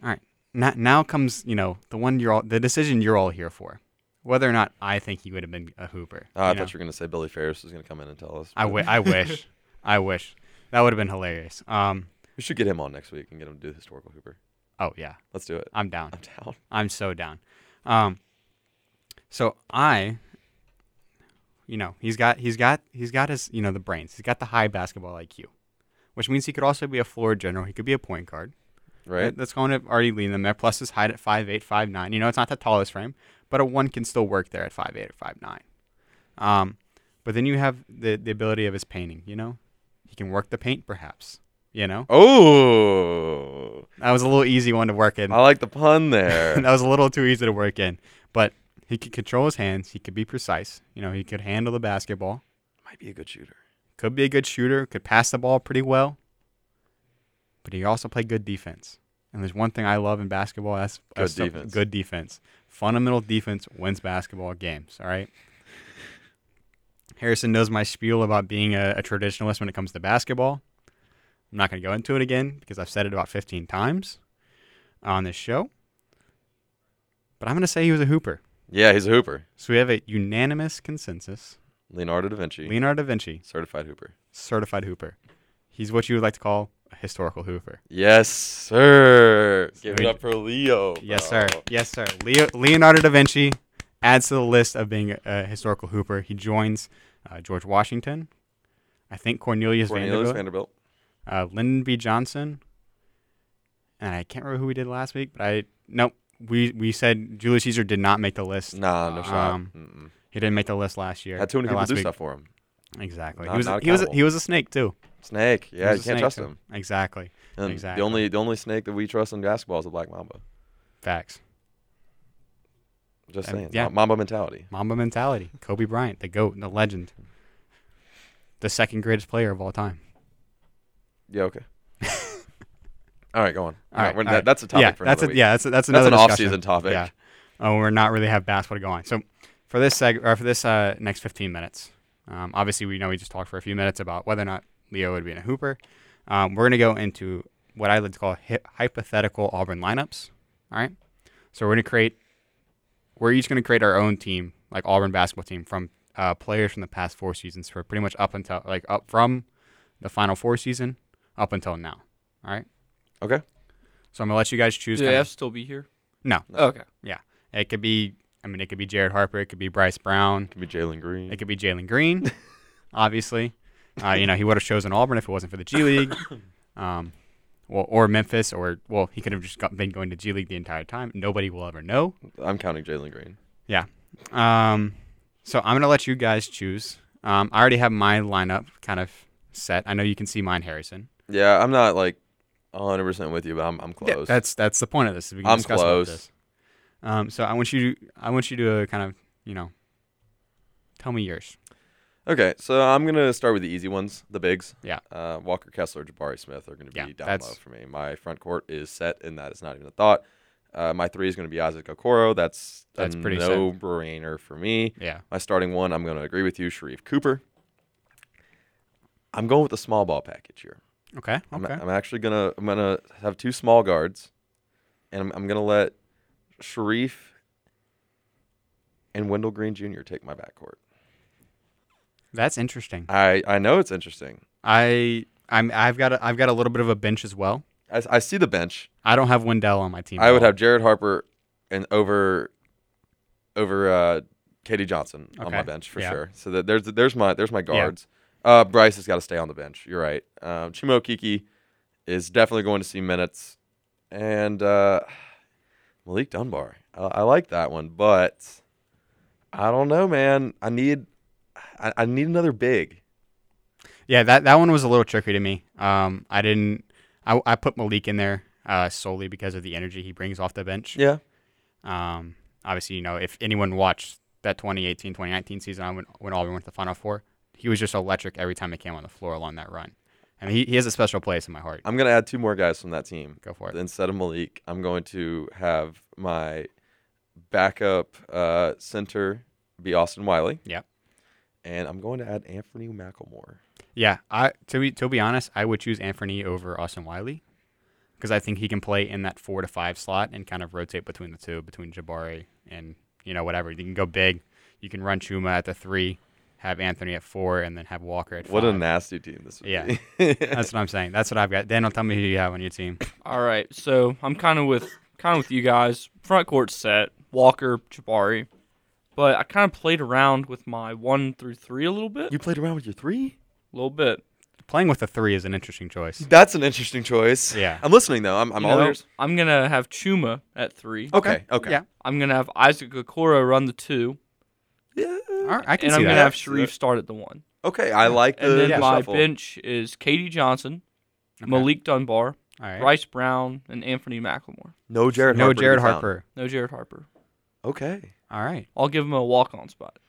All right. Now, now comes, you know, the one you're all, the decision you're all here for, whether or not I think he would have been a Hooper. Uh, I you know? thought you were going to say Billy Ferris was going to come in and tell us. I, w- I <laughs> wish. I wish. That would have been hilarious. Um. We should get him on next week and get him to do historical Hooper. Oh yeah, Let's do it. I'm down. I'm down. I'm so down. Um. So I. You know, he's got he's got he's got his you know the brains. He's got the high basketball IQ, which means he could also be a floor general. He could be a point guard. Right? That's going to already lean them there. Plus his height at five eight, five nine. You know, it's not the tallest frame, but a one can still work there at five eight or five nine. Um, but then you have the, the ability of his painting, you know? He can work the paint perhaps. You know? Oh, That was a little easy one to work in. I like the <laughs> pun there. that was a little too easy to work in. But he could control his hands, he could be precise, you know, he could handle the basketball, <laughs> Might be a good shooter. could be a good shooter, could pass the ball pretty well. But he also played good defense. And there's one thing I love in basketball, that's that's Good some- defense. good defense. Fundamental defense wins basketball games, all right? Harrison knows my spiel about being a, a traditionalist when it comes to basketball. I'm not going to go into it again because I've said it about 15 times on this show. But I'm going to say he was a hooper. Yeah, he's a hooper. So we have a unanimous consensus. Leonardo da Vinci, Leonardo da Vinci, certified hooper. certified hooper. He's what you would like to call a historical hooper. Yes, sir. Give it we- up for Leo. Oh. Yes, sir. bro. Yes, sir. Leo, Leonardo da Vinci adds to the list of being a, a historical hooper. He joins uh, George Washington, I think Cornelius, Cornelius Vanderbilt, Vanderbilt. uh, Lyndon B. Johnson, and I can't remember who we did last week, but I nope. We we said Julius Caesar did not make the list. Nah, no shot. Um, Mm-mm. He didn't make the list last year. Had too many or people last do week. stuff for him. Exactly. Not- he was a- not he was a, accountable. he was a snake too. Snake. He Yeah, was you a snake, can't trust too. him. Exactly. And Exactly. The only the only snake that we trust in basketball is the black mamba. Facts. Just Um, saying. yeah. Ma- Mamba mentality. Mamba mentality. Kobe Bryant, the GOAT, the legend, the second greatest player of all time. Yeah, okay. all right, go on. All right, we're- all that- right. That's a topic yeah, for another that's week. a, yeah, that's a, that's That's another an discussion. off-season topic. Yeah. Oh, we're not really have basketball to go on. So for this seg or for this uh, next 15 minutes, um, obviously we know we just talked for a few minutes about whether or not Leo would be in a Hooper. Um, we're gonna go into what I like to call hy- hypothetical Auburn lineups. All right, so we're gonna create. We're each gonna create our own team, like Auburn basketball team, from uh, players from the past four seasons, for pretty much up until like up from the final four season up until now. All right, Okay. so I'm gonna let you guys choose. Do they kinda- have to still be here? No. Okay. It could be, I mean, it could be Jared Harper. It could be Bryce Brown. Could be Jalen Green. It could be Jalen Green, obviously. Uh, you know, he would have chosen Auburn if it wasn't for the G League, um, well, or Memphis, or, well, he could have just got, been going to G League the entire time. Nobody will ever know. I'm counting Jalen Green. Um, so I'm going to let you guys choose. Um, I already have my lineup kind of set. I know you can see mine, Harrison. Yeah, I'm not like 100 percent with you, but I'm I'm Yeah, close. that's that's the point of this. is We can I'm discuss about close. this. Um, so I want you to, I want you to uh, kind of, you know, tell me yours. okay. So I'm gonna start with the easy ones, the bigs. Yeah. Uh, Walker Kessler, Jabari Smith are gonna be Yeah, down low that's- for me. My front court is set, and that is not even a thought. Uh, my three is gonna be Isaac Okoro. That's a That's pretty set. no-brainer for me. Yeah. My starting one, I'm gonna agree with you, Sharif Cooper. I'm going with the small ball package here. Okay. I'm, Okay. I'm actually gonna I'm gonna have two small guards, and I'm, I'm gonna let Sharif and Wendell Green Jr. take my backcourt. That's interesting. I I know it's interesting. I I'm I've got a, I've got a little bit of a bench as well. I, s- I see the bench. I don't have Wendell on my team. I at would all. have Jared Harper and over over uh, Katie Johnson on my Okay. bench for Yeah. sure. So that there's there's my there's my guards. Uh, Bryce has got to stay on the bench. You're right. Um, Chimo Kiki is definitely going to see minutes, and uh, Malik Dunbar. I, I like that one, but I don't know, man. I need I, I need another big. Yeah, that that one was a little tricky to me. Um, I didn't. I I put Malik in there uh, solely because of the energy he brings off the bench. Yeah, Um, obviously, you know, if anyone watched that 2018 2019 season I when, when Auburn went to the Final Four, he was just electric every time he came on the floor along that run. I mean, he, he has a special place in my heart. I'm gonna add two more guys from that team. Go for it. instead of Malik, I'm going to have my backup uh, center be Austin Wiley. Yep. And I'm going to add Anthony McElmore. Yeah, I to be to be honest, I would choose Anthony over Austin Wiley because I think he can play in that four to five slot and kind of rotate between the two, between Jabari and you know whatever. You can go big, you can run Chuma at the three, have Anthony at four, and then have Walker at What a five. nasty team this would Yeah. be. <laughs> <laughs> That's what I'm saying. That's what I've got. Daniel, tell me who you have on your team. All right, so I'm kind of with kind of with you guys. Front court set, Walker, Jabari, but I kind of played around with my one through three a little bit, you played around with your three? a little bit. Playing with the three is an interesting choice. That's an interesting choice. Yeah. I'm listening though. I'm, I'm You all know, ears. I'm gonna have Chuma at three. Okay. Okay. Yeah. I'm gonna have Isaac Okoro run the two, All right, I can and see I'm that. gonna have Yeah. Sharif start at the one. Okay. I like the, And then the my shuffle. bench is Katie Johnson, Okay. Malik Dunbar, All right. Bryce Brown, and Anthony McLemore. No Jared no Harper. to Jared be found. Harper. No Jared Harper. Okay. All right. I'll give him a walk-on spot.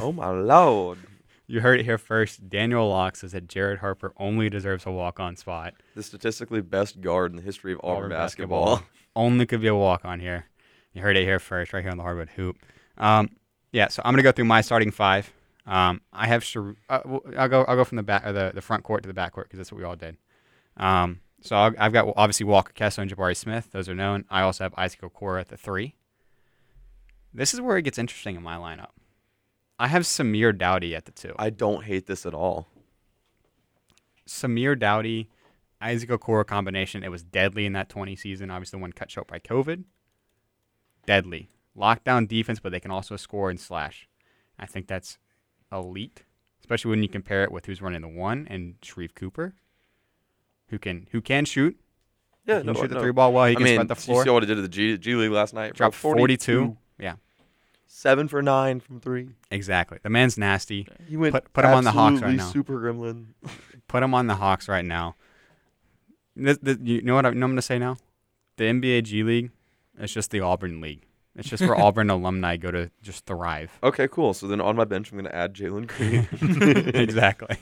Oh my lord. You heard it here first. Daniel Locke says that Jared Harper only deserves a walk on spot. The statistically best guard in the history of Auburn, Auburn basketball. <laughs> Only could be a walk on here. You heard it here first, right here on the hardwood hoop. Um, yeah, so I'm gonna go through my starting five. Um, I have Shar- uh, well, I'll go I'll go from the back or the, the front court to the back court because that's what we all did. Um, so I'll, I've got obviously Walker Kessler and Jabari Smith; those are known. I also have Isaac Okora at the three. This is where it gets interesting in my lineup. I have Samir Dowdy at the two. I don't hate this at all. Samir Dowdy, Isaac Okoro combination. It was deadly in that 20 season. Obviously, one cut short by COVID. Deadly. Lockdown defense, but they can also score and slash. I think that's elite, especially when you compare it with who's running the one and Shreve Cooper, who can who can shoot. Yeah, He can shoot the three ball well. He I can mean, spread the You floor. see what he did to the G, G League last night? Drop Bro, 42. Yeah, Seven for nine from three. exactly. The man's nasty. You went Put- put him on the Hawks right absolutely now. Super gremlin. Put him on the Hawks right now. This, this, you know what I, you know what I'm going to say now? The NBA G League, it's just the Auburn League. It's just where Auburn alumni go to just thrive. <laughs> <laughs> Okay, cool. So then on my bench, I'm going to add Jalen Green. exactly.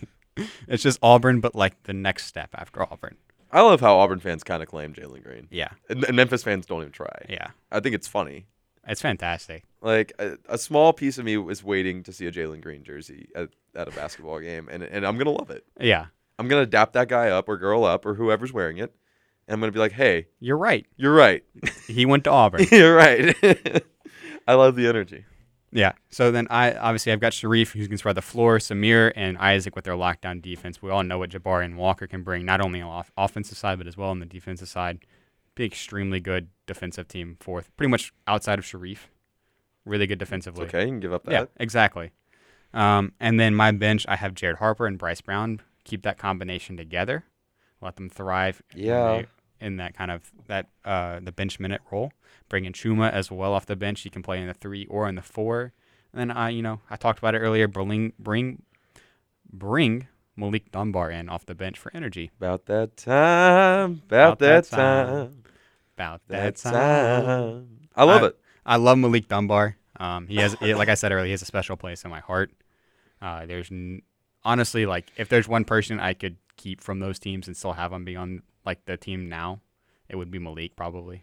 It's just Auburn, but like the next step after Auburn. I love how Auburn fans kind of claim Jalen Green, Yeah. and, and Memphis fans don't even try. Yeah. I think it's funny. It's fantastic. Like a, a small piece of me is waiting to see a Jalen Green jersey at, at a basketball game, and and I'm gonna love it. Yeah. I'm gonna adapt that guy up or girl up or whoever's wearing it, and I'm gonna be like, hey, You're right. you're right, <laughs> He went to Auburn. you're right. <laughs> I love the energy. Yeah. So then I obviously I've got Sharif who can spread the floor, Samir and Isaac with their lockdown defense. We all know what Jabari and Walker can bring, not only on off- offensive side but as well on the defensive side. Be extremely good defensive team fourth, pretty much outside of Sharif. Really good defensively. Okay, you can give up that. Yeah, exactly. Um, and then my bench, I have Jared Harper and Bryce Brown. Keep that combination together. Let them thrive. when Yeah. they- in that kind of that uh, the bench minute role. Bring in Chuma as well off the bench. He can play in the three or in the four. And then I, you know, I talked about it earlier. Bring bring bring Malik Dunbar in off the bench for energy. About that time. About, that, time. About That that time. time. I love it. I love Malik Dunbar. Um, he has, he- like I said earlier, he has a special place in my heart. Uh, there's n- honestly, like, if there's one person I could keep from those teams and still have him be on like the team now, it would be Malik probably.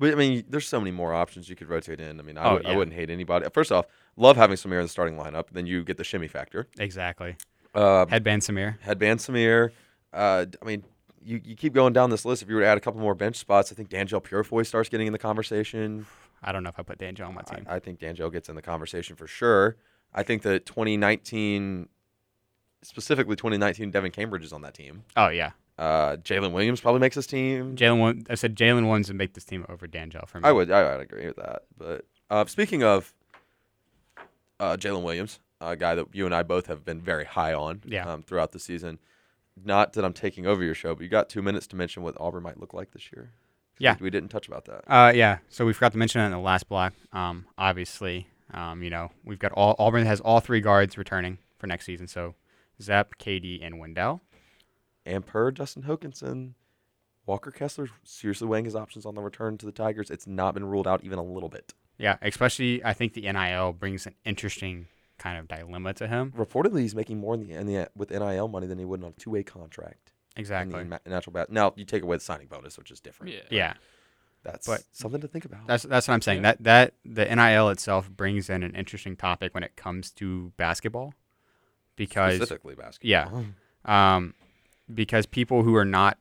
But I mean, there's so many more options you could rotate in. I mean, I, Oh, would, I yeah. wouldn't hate anybody. First off, love having Samir in the starting lineup. Then you get the shimmy factor. Exactly. Uh, Headband Samir. headband Samir. Uh, d- I mean, you, you keep going down this list. If you were to add a couple more bench spots, I think Dangel Purefoy starts getting in the <sighs> conversation. I don't know if I put D'Angelo on my team. I, I think Dangel gets in the conversation for sure. I think the 2019, specifically 2019, Devin Cambridge is on that team. oh yeah, Uh, Jalen Williams probably makes this team. Jalen. Won- I said Jalen wants to make this team over D'Angelo for me. I would I would agree with that. But uh, speaking of uh, Jalen Williams, a guy that you and I both have been very high on Yeah. um, throughout the season. Not that I'm taking over your show, but you got two minutes to mention what Auburn might look like this year. 'Cause Yeah. we, we didn't touch about that. Uh, yeah. So we forgot to mention it in the last block. Um, obviously, um, you know, we've got all Auburn has all three guards returning for next season. So Zep, KD, and Wendell. And per Justin Hokinson, Walker Kessler's seriously weighing his options on the return to the Tigers. It's not been ruled out even a little bit. Yeah, especially I think the NIL brings an interesting kind of dilemma to him. Reportedly, he's making more in the, in the with NIL money than he would on a two-way contract. in the Exactly. ma- natural ba- now you take away the signing bonus, which is different. Yeah. Yeah. That's But- something to think about. That's that's what I'm saying. That that the NIL itself brings in an interesting topic when it comes to basketball, because specifically basketball. yeah. um, because people who are not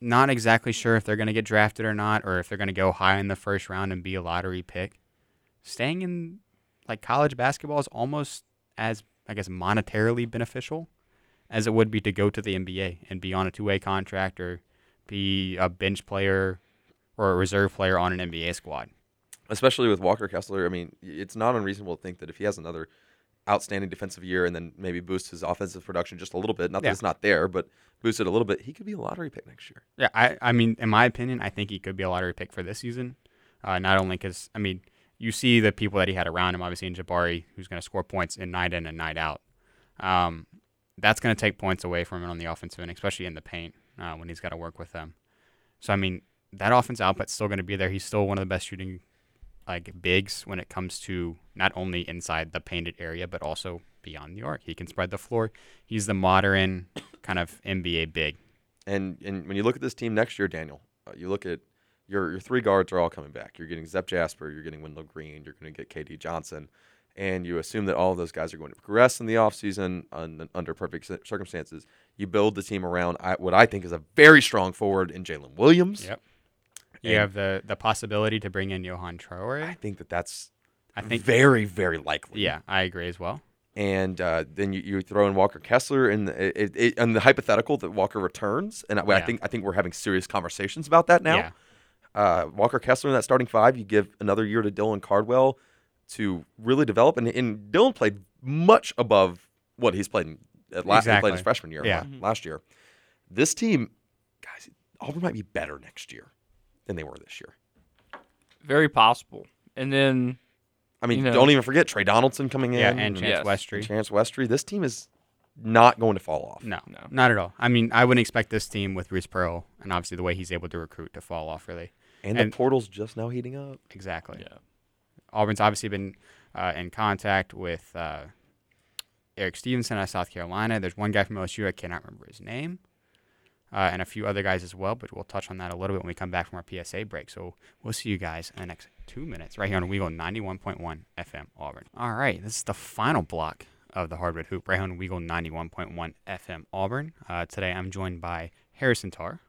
not exactly sure if they're going to get drafted or not, or if they're going to go high in the first round and be a lottery pick, staying in like college basketball is almost as I guess monetarily beneficial as it would be to go to the NBA and be on a two way contract or be a bench player or a reserve player on an NBA squad. <laughs> especially with Walker Kessler. I mean, y- it's not unreasonable to think that if he has another outstanding defensive year and then maybe boosts his offensive production just a little bit, not that Yeah. it's not there, but boost it a little bit, he could be a lottery pick next year. Yeah, I, I mean, in my opinion, I think he could be a lottery pick for this season. Uh, not only because, I mean, you see the people that he had around him, obviously, in Jabari, who's going to score points in night in and night out. Um, that's going to take points away from him on the offensive end, especially in the paint uh, when he's got to work with them. So, I mean, that offense output's still going to be there. He's still one of the best shooting like bigs when it comes to not only inside the painted area but also beyond the arc. He can spread the floor. He's the modern kind of NBA big. And and when you look at this team next year, Daniel, uh, you look at your your three guards are all coming back. You're getting Zepp Jasper, you're getting Wendell Green, you're going to get KD Johnson, and you assume that all of those guys are going to progress in the offseason un, under perfect cir- circumstances. You build the team around I, what I think is a very strong forward in Jalen Williams. Yep. You And- have the the possibility to bring in Johan Traore. I I, think that that's think. very, very likely. Yeah, I agree as well. And uh, then you, you throw in Walker Kessler, and the, it, it, and the hypothetical that Walker returns, and I, I Yeah. think I think we're having serious conversations about that now. Yeah. Uh, Walker Kessler in that starting five, you give another year to Dylan Cardwell to really develop, and, and Dylan played much above what he's played in, at la- he Exactly. played his freshman year Yeah. la- Mm-hmm. last year. This team, guys, Auburn might be better next year than they were this year. Very possible. And then I mean, You know- don't even forget Trey Donaldson coming Yeah, in and Chance yes. Westry. Chance Westry. This team is not going to fall off. No, No. not at all. I mean, I wouldn't expect this team with Reese Pearl and obviously the way he's able to recruit to fall off really. And, And- the portal's just now heating up. Exactly. Yeah. Auburn's obviously been uh, in contact with uh, Eric Stevenson out of South Carolina. There's one guy from LSU I cannot remember his name, uh, and a few other guys as well. But we'll touch on that a little bit when we come back from our PSA break. So we'll see you guys in the next two minutes right here on Weagle 91.1 FM Auburn. All right, this is the final block of the Hardwood Hoop right here on Weagle 91.1 FM Auburn. Uh, today I'm joined by Harrison Tarr.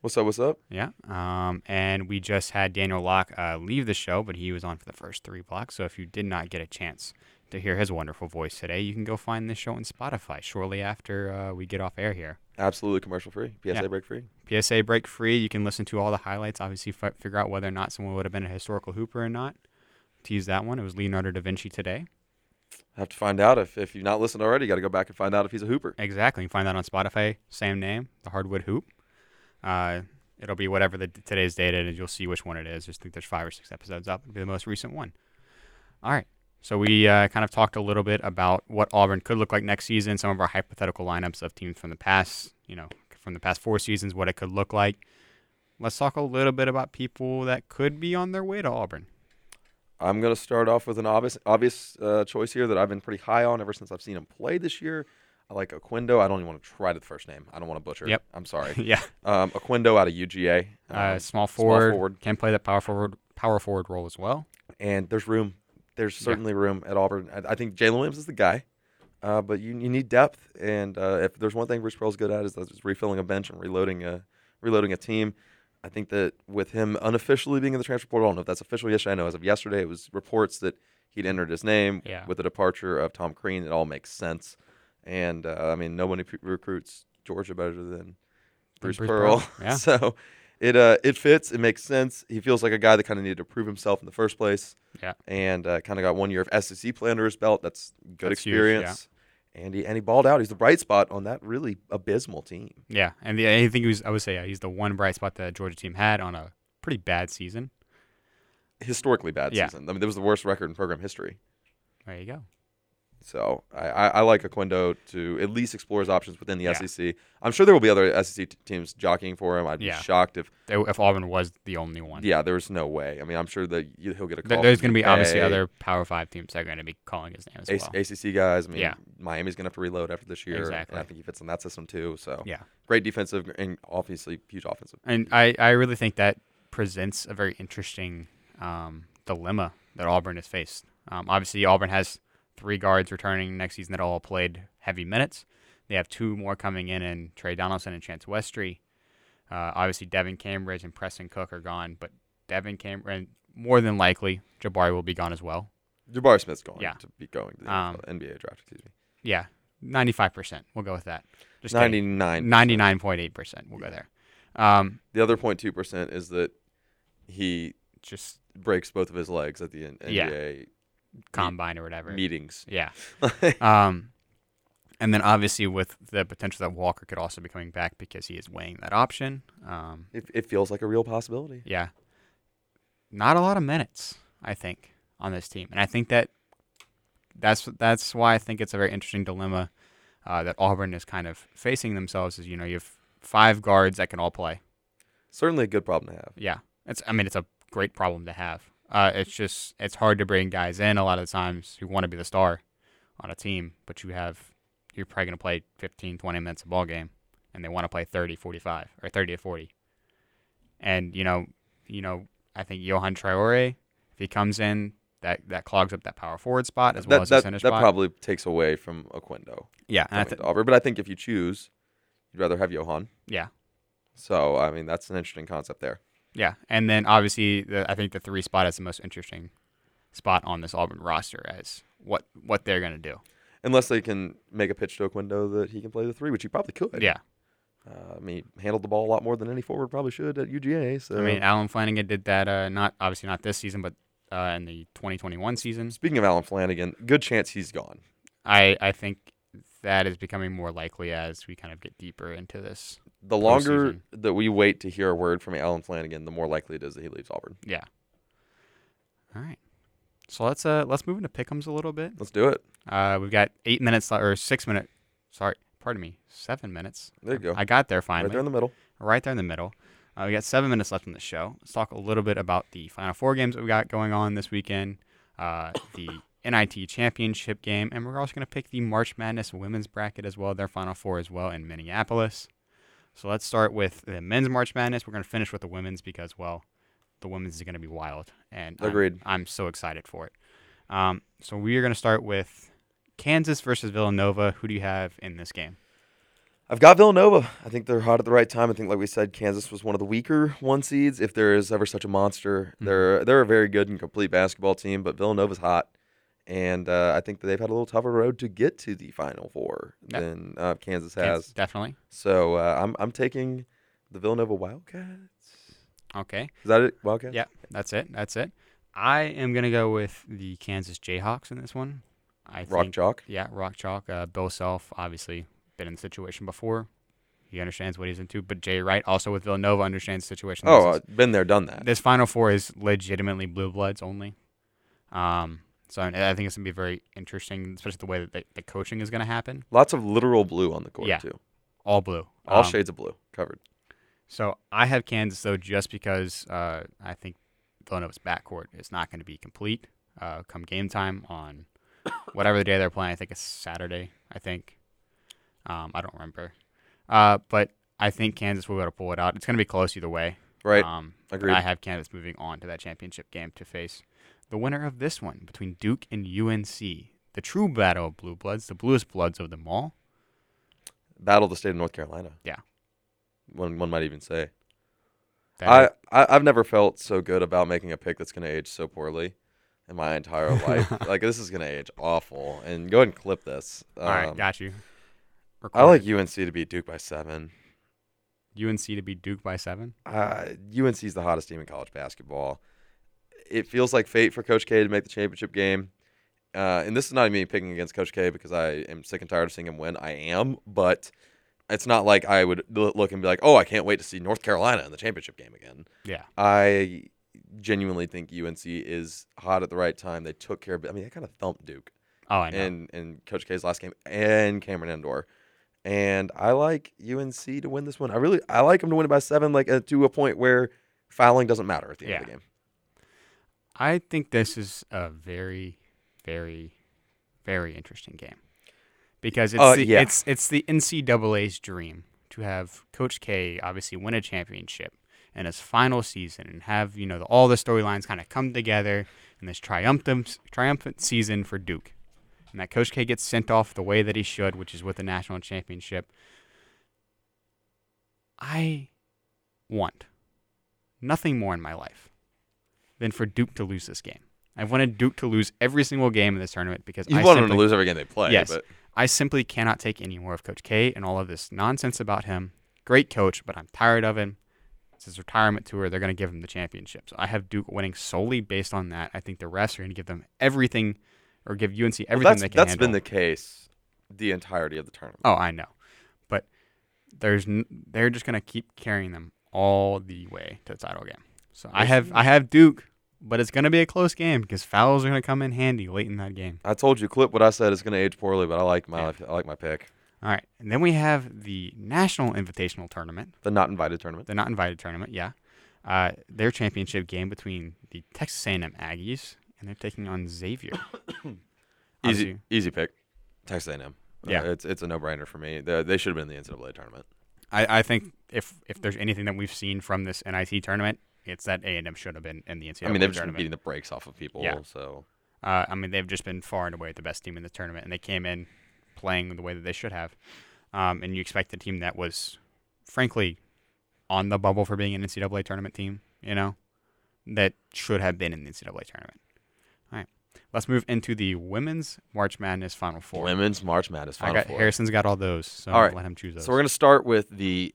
What's up? What's up? Yeah. Um, and we just had Daniel Locke uh, leave the show, but he was on for the first three blocks. So if you did not get a chance to hear his wonderful voice today, you can go find this show on Spotify shortly after uh, we get off air here. Absolutely commercial free. PSA Yeah. break free. PSA break free. You can listen to all the highlights. Obviously, f- figure out whether or not someone would have been a historical hooper or not. To use that one, it was Leonardo da Vinci today. Have to find out if, if you've not listened already, got to go back and find out if he's a hooper. Exactly. You can find that on Spotify. Same name, The Hardwood Hoop. Uh, it'll be whatever the, today's date is. You'll see which one it is. Just think there's five or six episodes up. It'll be the most recent one. All right. So we uh, kind of talked a little bit about what Auburn could look like next season, some of our hypothetical lineups of teams from the past, you know, from the past four seasons, what it could look like. Let's talk a little bit about people that could be on their way to Auburn. I'm going to start off with an obvious obvious uh, choice here that I've been pretty high on ever since I've seen him play this year. I like Aquindo. I don't even want to try the first name. I don't want to butcher. it. Yep. I'm sorry. <laughs> yeah. Um, Aquindo out of UGA. Um, Uh, small, small forward, forward. Can play that power forward, power forward role as well. and there's room. There's certainly room at Auburn. I, I think Jalen Williams is the guy, uh, but you, you need depth. And uh, if there's one thing Rich Pearl's good at is that's refilling a bench and reloading a reloading a team. I think that with him unofficially being in the transfer portal, I don't know if that's official. Yes, I know. As of yesterday, it was reports that he'd entered his name Yeah. with the departure of Tom Crean. It all makes sense. And uh, I mean, nobody p- recruits Georgia better than Bruce, Bruce Pearl. Pearl, yeah. <laughs> so it uh, it fits. It makes sense. He feels like a guy that kind of needed to prove himself in the first place. Yeah. And uh, kind of got one year of SEC play under his belt. That's good That's huge, yeah. experience. And he and he balled out. He's the bright spot on that really abysmal team. Yeah, and the, I think he was. I would say yeah, he's the one bright spot that Georgia team had on a pretty bad season. Historically bad Yeah. season. I mean, that was the worst record in program history. There you go. So I, I, I like Aquindo to at least explore his options within the Yeah. SEC. I'm sure there will be other SEC t- teams jockeying for him. I'd Yeah. be shocked if If if Auburn was the only one, yeah, there's no way. I mean, I'm sure that you, he'll get a call. There- there's from going to be obviously UK, other Power Five teams that are going to be calling his name as well. A- ACC guys. I mean, Yeah. Miami's going to have to reload after this year. And Exactly. I think he fits in that system too. So Yeah, great defensive and obviously huge offensive. and I, I really think that presents a very interesting um, dilemma that Auburn has faced. Um, obviously, Auburn has three guards returning next season that all played heavy minutes. They have two more coming in, and Trey Donaldson and Chance Westry. Uh, obviously, Devin Cambridge and Preston Cook are gone, but Devin Cambridge, more than likely, Jabari will be gone as well. Jabari Smith's going Yeah. to be going to the Um, NFL NBA draft. Excuse me, Yeah, 95%. We'll go with that. Just ninety kidding. nine. 99.8%. We'll go there. Um, The other point two percent is that he just breaks both of his legs at the N- Yeah. NBA combine or whatever. meetings. <laughs> Yeah. Um, and then obviously with the potential that Walker could also be coming back because he is weighing that option. Um, it, it feels like a real possibility. yeah, not a lot of minutes I think on this team, and I think that that's that's why I think it's a very interesting dilemma uh, that Auburn is kind of facing themselves. Is you know you have five guards that can all play. Certainly a good problem to have. Yeah, it's I mean it's a great problem to have. Uh, it's just it's hard to bring guys in a lot of the times who want to be the star on a team, but you have you're probably going to play 15, 20 minutes a ball game, and they want to play 30, 45, or 30 to 40. And you know, you know, I think Johan Traore, if he comes in, that that clogs up that power forward spot as well that as the that, center that spot. probably takes away from Oquendo yeah, and I coming th- to Auburn. But I think if you choose, you'd rather have Johan. yeah. So I mean, that's an interesting concept there. Yeah, and then obviously, the, I think the three spot is the most interesting spot on this Auburn roster as what what they're gonna do. Unless they can make a pitch to Oquendo that he can play the three, which he probably could. Yeah, Uh, I mean, he handled the ball a lot more than any forward probably should at UGA. So I mean, Alan Flanagan did that. Uh, not obviously not this season, but uh, in the 2021 season, speaking of Alan Flanagan, good chance he's gone. I I think that is becoming more likely as we kind of get deeper into this. The longer Postseason. that we wait to hear a word from Alan Flanagan, the more likely it is that he leaves Auburn. Yeah. All right. So let's uh let's move into pickums a little bit. Let's do it. Uh, we've got eight minutes le- or six minute. Sorry, pardon me, seven minutes. There you go. I got there finally. right there in the middle. right there in the middle. Uh, we got seven minutes left on the show. Let's talk a little bit about the Final Four games that we got going on this weekend, uh, the NIT Championship game, and we're also going to pick the March Madness women's bracket as well, their Final Four as well in Minneapolis. So let's start with the men's March Madness. We're going to finish with the women's because, well, the women's is going to be wild. And I'm- Agreed. I'm, so excited for it. Um, so we are going to start with Kansas versus Villanova. Who do you have in this game? I've got Villanova. I think they're hot at the right time. I think, like we said, Kansas was one of the weaker one seeds. If there is ever such a monster, Mm-hmm. they're they're a very good and complete basketball team. But Villanova's hot, and uh, I think that they've had a little tougher road to get to the Final Four Yeah. than uh, Kansas has. Kansas, definitely. So uh, I'm I'm taking the Villanova Wildcats. Okay. Is that it? Wildcats. Yeah, that's it. That's it. I am gonna go with the Kansas Jayhawks in this one. I Rock think, Chalk. yeah, Rock Chalk. Uh, Bill Self obviously been in the situation before. He understands what he's into. But Jay Wright also with Villanova understands the situation. This Oh, is- uh, been there, done that. this Final Four is legitimately blue bloods only. Um, so I I think it's gonna be very interesting, especially the way that the, the coaching is gonna happen. Lots of literal blue on the court Yeah. too. All blue. Um, All shades of blue covered. So I have Kansas though, just because uh, I think Villanova's backcourt is not going to be complete uh, come game time on <coughs> whatever the day they're playing. I think it's Saturday. I think um, I don't remember, uh, but I think Kansas will be able to pull it out. It's going to be close either way. Right. Um, but Agreed. I have Kansas moving on to that championship game to face the winner of this one between Duke and UNC. The true battle of blue bloods, the bluest bloods of them all. Battle of the state of North Carolina. Yeah. One one might even say. That I, I I've never felt so good about making a pick that's gonna age so poorly in my <laughs> entire life. like this is gonna age awful. And go ahead and clip this. Um, all right, got you. I like Recorded. UNC to beat Duke by seven. UNC to beat Duke by seven. Uh, UNC is the hottest team in college basketball. It feels like fate for Coach K to make the championship game. Uh, and this is not me picking against Coach K because I am sick and tired of seeing him win. I am, but it's not like I would l- look and be like, "Oh, I can't wait to see North Carolina in the championship game again." Yeah. I genuinely think UNC is hot at the right time. They took care of. I mean, they kind of thumped Duke Oh, I know. and and Coach K's last game and Cameron Indoor. And I like UNC to win this one. I really I like them to win it by seven, like uh, to a point where fouling doesn't matter at the end of the Yeah. game. I think this is a very, very, very interesting game because it's Uh, the, yeah. it's it's the NCAA's dream to have Coach K obviously win a championship in his final season and have you know the, all the storylines kind of come together in this triumphant triumphant season for Duke, and that Coach K gets sent off the way that he should, which is with the national championship. I want nothing more in my life than for Duke to lose this game. I've wanted Duke to lose every single game in this tournament because You I want them simply to lose every game they play. Yes. But I simply cannot take any more of Coach K and all of this nonsense about him. Great coach, but I'm tired of him. It's his retirement tour. They're going to give him the championship. So I have Duke winning solely based on that. I think the refs are going to give them everything or give UNC everything that's they can that's handle. been the case the entirety of the tournament. Oh, I know, but there's n- they're just gonna keep carrying them all the way to the title game. So I have I have Duke, but it's gonna be a close game because fouls are gonna come in handy late in that game. I told you, clip what I said. It's going to age poorly, but I like my I like my pick. All right, and then we have the National Invitational Tournament, The not invited tournament. the not invited tournament. Yeah, uh, their championship game between the Texas A&M Aggies and they're taking on <coughs> Xavier. Easy Obviously- easy pick. Texas A&M. Yeah. Uh, it's it's a no brainer for me. They, they should have been in the NCAA tournament. I, I think if if there's anything that we've seen from this NIT tournament, it's that A&M should have been in the NCAA I mean, they've just been tournament. beating the brakes off of people. Yeah. So Uh, I mean, they've just been far and away the best team in the tournament, and they came in playing the way that they should have. Um, and you expect a team that was, frankly, on the bubble for being an NCAA tournament team, you know, that should have been in the NCAA tournament. All right, let's move into the women's March Madness Final Four. women's March Madness I final got four. Harrison's got all those, so All right. let him choose those. So we're gonna start with the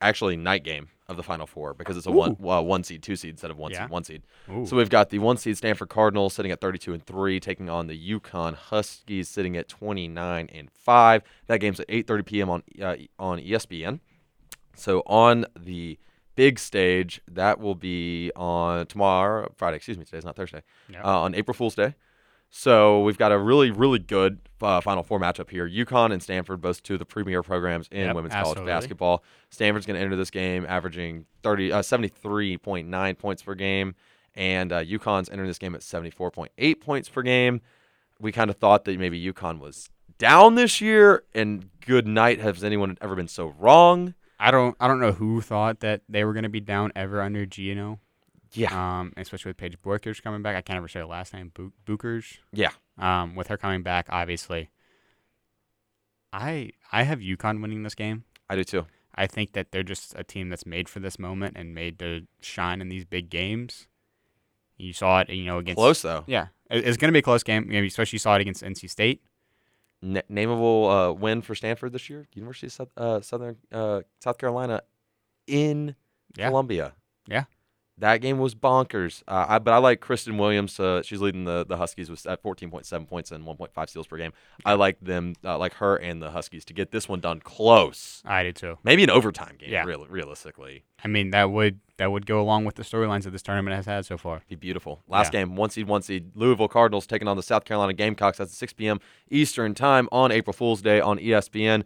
actually night game of the final four because it's a one uh, one seed, two seed instead of one Yeah. seed, one seed. Ooh. So we've got the one seed Stanford Cardinals sitting at 32 and three, taking on the Yukon Huskies sitting at 29 and five. That game's at 8:30 p.m. on uh, on ESPN. So on the big stage, that will be on tomorrow, Friday. Excuse me, today's not Thursday. Yep. Uh, on April Fool's Day. So we've got a really, really good uh, Final Four matchup here. UConn and Stanford, both two of the premier programs in Yep, women's absolutely. college basketball. Stanford's going to enter this game averaging 30, uh, 73.9 points per game, and uh, UConn's entering this game at 74.8 points per game. We kind of thought that maybe UConn was down this year, and good night. Has anyone ever been so wrong? I don't, I don't know who thought that they were going to be down ever under Gino, Yeah, um, especially with Paige Booker's coming back. I can't ever say her last name. Bo- Booker's. yeah. um, with her coming back, obviously. I I have UConn winning this game. I do too. I think that they're just a team that's made for this moment and made to shine in these big games. You saw it, you know, against Close though. Yeah, It- it's going to be a close game. You know, especially you saw it against NC State. na- nameable uh, win for Stanford this year. University of South, uh, Southern uh, South Carolina in Yeah. Columbia. Yeah. that game was bonkers. Uh, I, but I like Kristen Williams. Uh, she's leading the, the Huskies with at 14.7 points and 1.5 steals per game. I like them, uh, like her and the Huskies, to get this one done close. I did too. Maybe an overtime game. Yeah. real- realistically, I mean, that would that would go along with the storylines that this tournament has had so far. be beautiful. Last game, one seed, one seed. Louisville Cardinals taking on the South Carolina Gamecocks. That's at 6 p.m. Eastern time on April Fool's Day on E ESPN.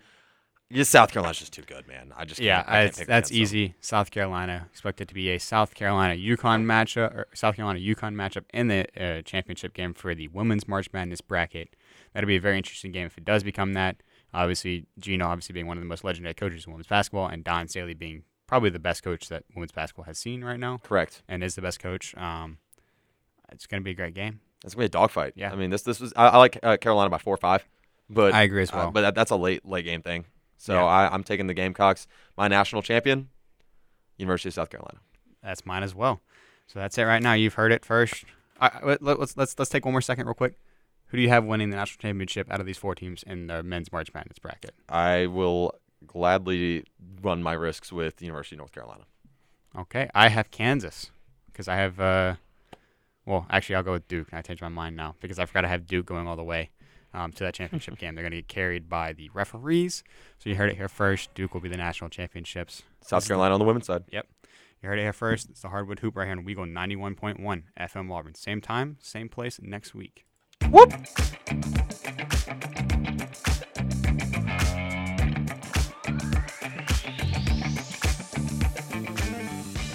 Yeah, South Carolina's just too good, man. I just Yeah, can't, I can't that's, pick that's against them. easy. South Carolina expected to be a South Carolina Yukon matchup or South Carolina Yukon matchup in the uh, championship game for the women's March Madness bracket. That'll be a very interesting game if it does become that. Obviously, Gino obviously being one of the most legendary coaches in women's basketball, and Don Staley being probably the best coach that women's basketball has seen right now, Correct. and is the best coach. Um, it's going to be a great game. It's gonna be a dogfight. Yeah. I mean, this this was I, I like uh, Carolina by four or five, but I agree as well. uh, but that, that's a late late game thing. So Yeah. I, I'm taking the Gamecocks. My national champion, University of South Carolina. That's mine as well. So that's it right now. You've heard it first. I, I- let, let's let's let's take one more second real quick. Who do you have winning the national championship out of these four teams in the men's March Madness bracket? I will gladly run my risks with the University of North Carolina. Okay, I have Kansas because I have. Uh, well, actually, I'll go with Duke. I changed my mind now because I forgot to have Duke going all the way um, to that championship game. They're going to get carried by the referees. So you heard it here first. Duke will be the national championships. South Carolina on the women's side. Yep. You heard it here first. It's the Hardwood Hoop right here on Weagle 91.1 FM Auburn. Same time, same place next week.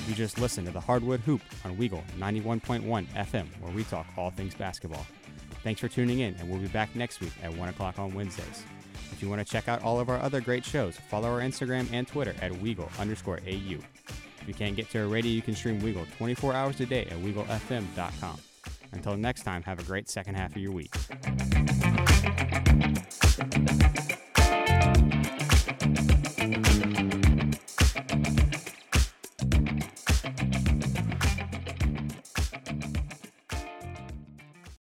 You just listened to the Hardwood Hoop on Weagle 91.1 FM, where we talk all things basketball. Thanks for tuning in, and we'll be back next week at 1 o'clock on Wednesdays. If you want to check out all of our other great shows, follow our Instagram and Twitter at Weagle underscore AU. If you can't get to a radio, you can stream Weagle 24 hours a day at WeagleFM.com. Until next time, have a great second half of your week.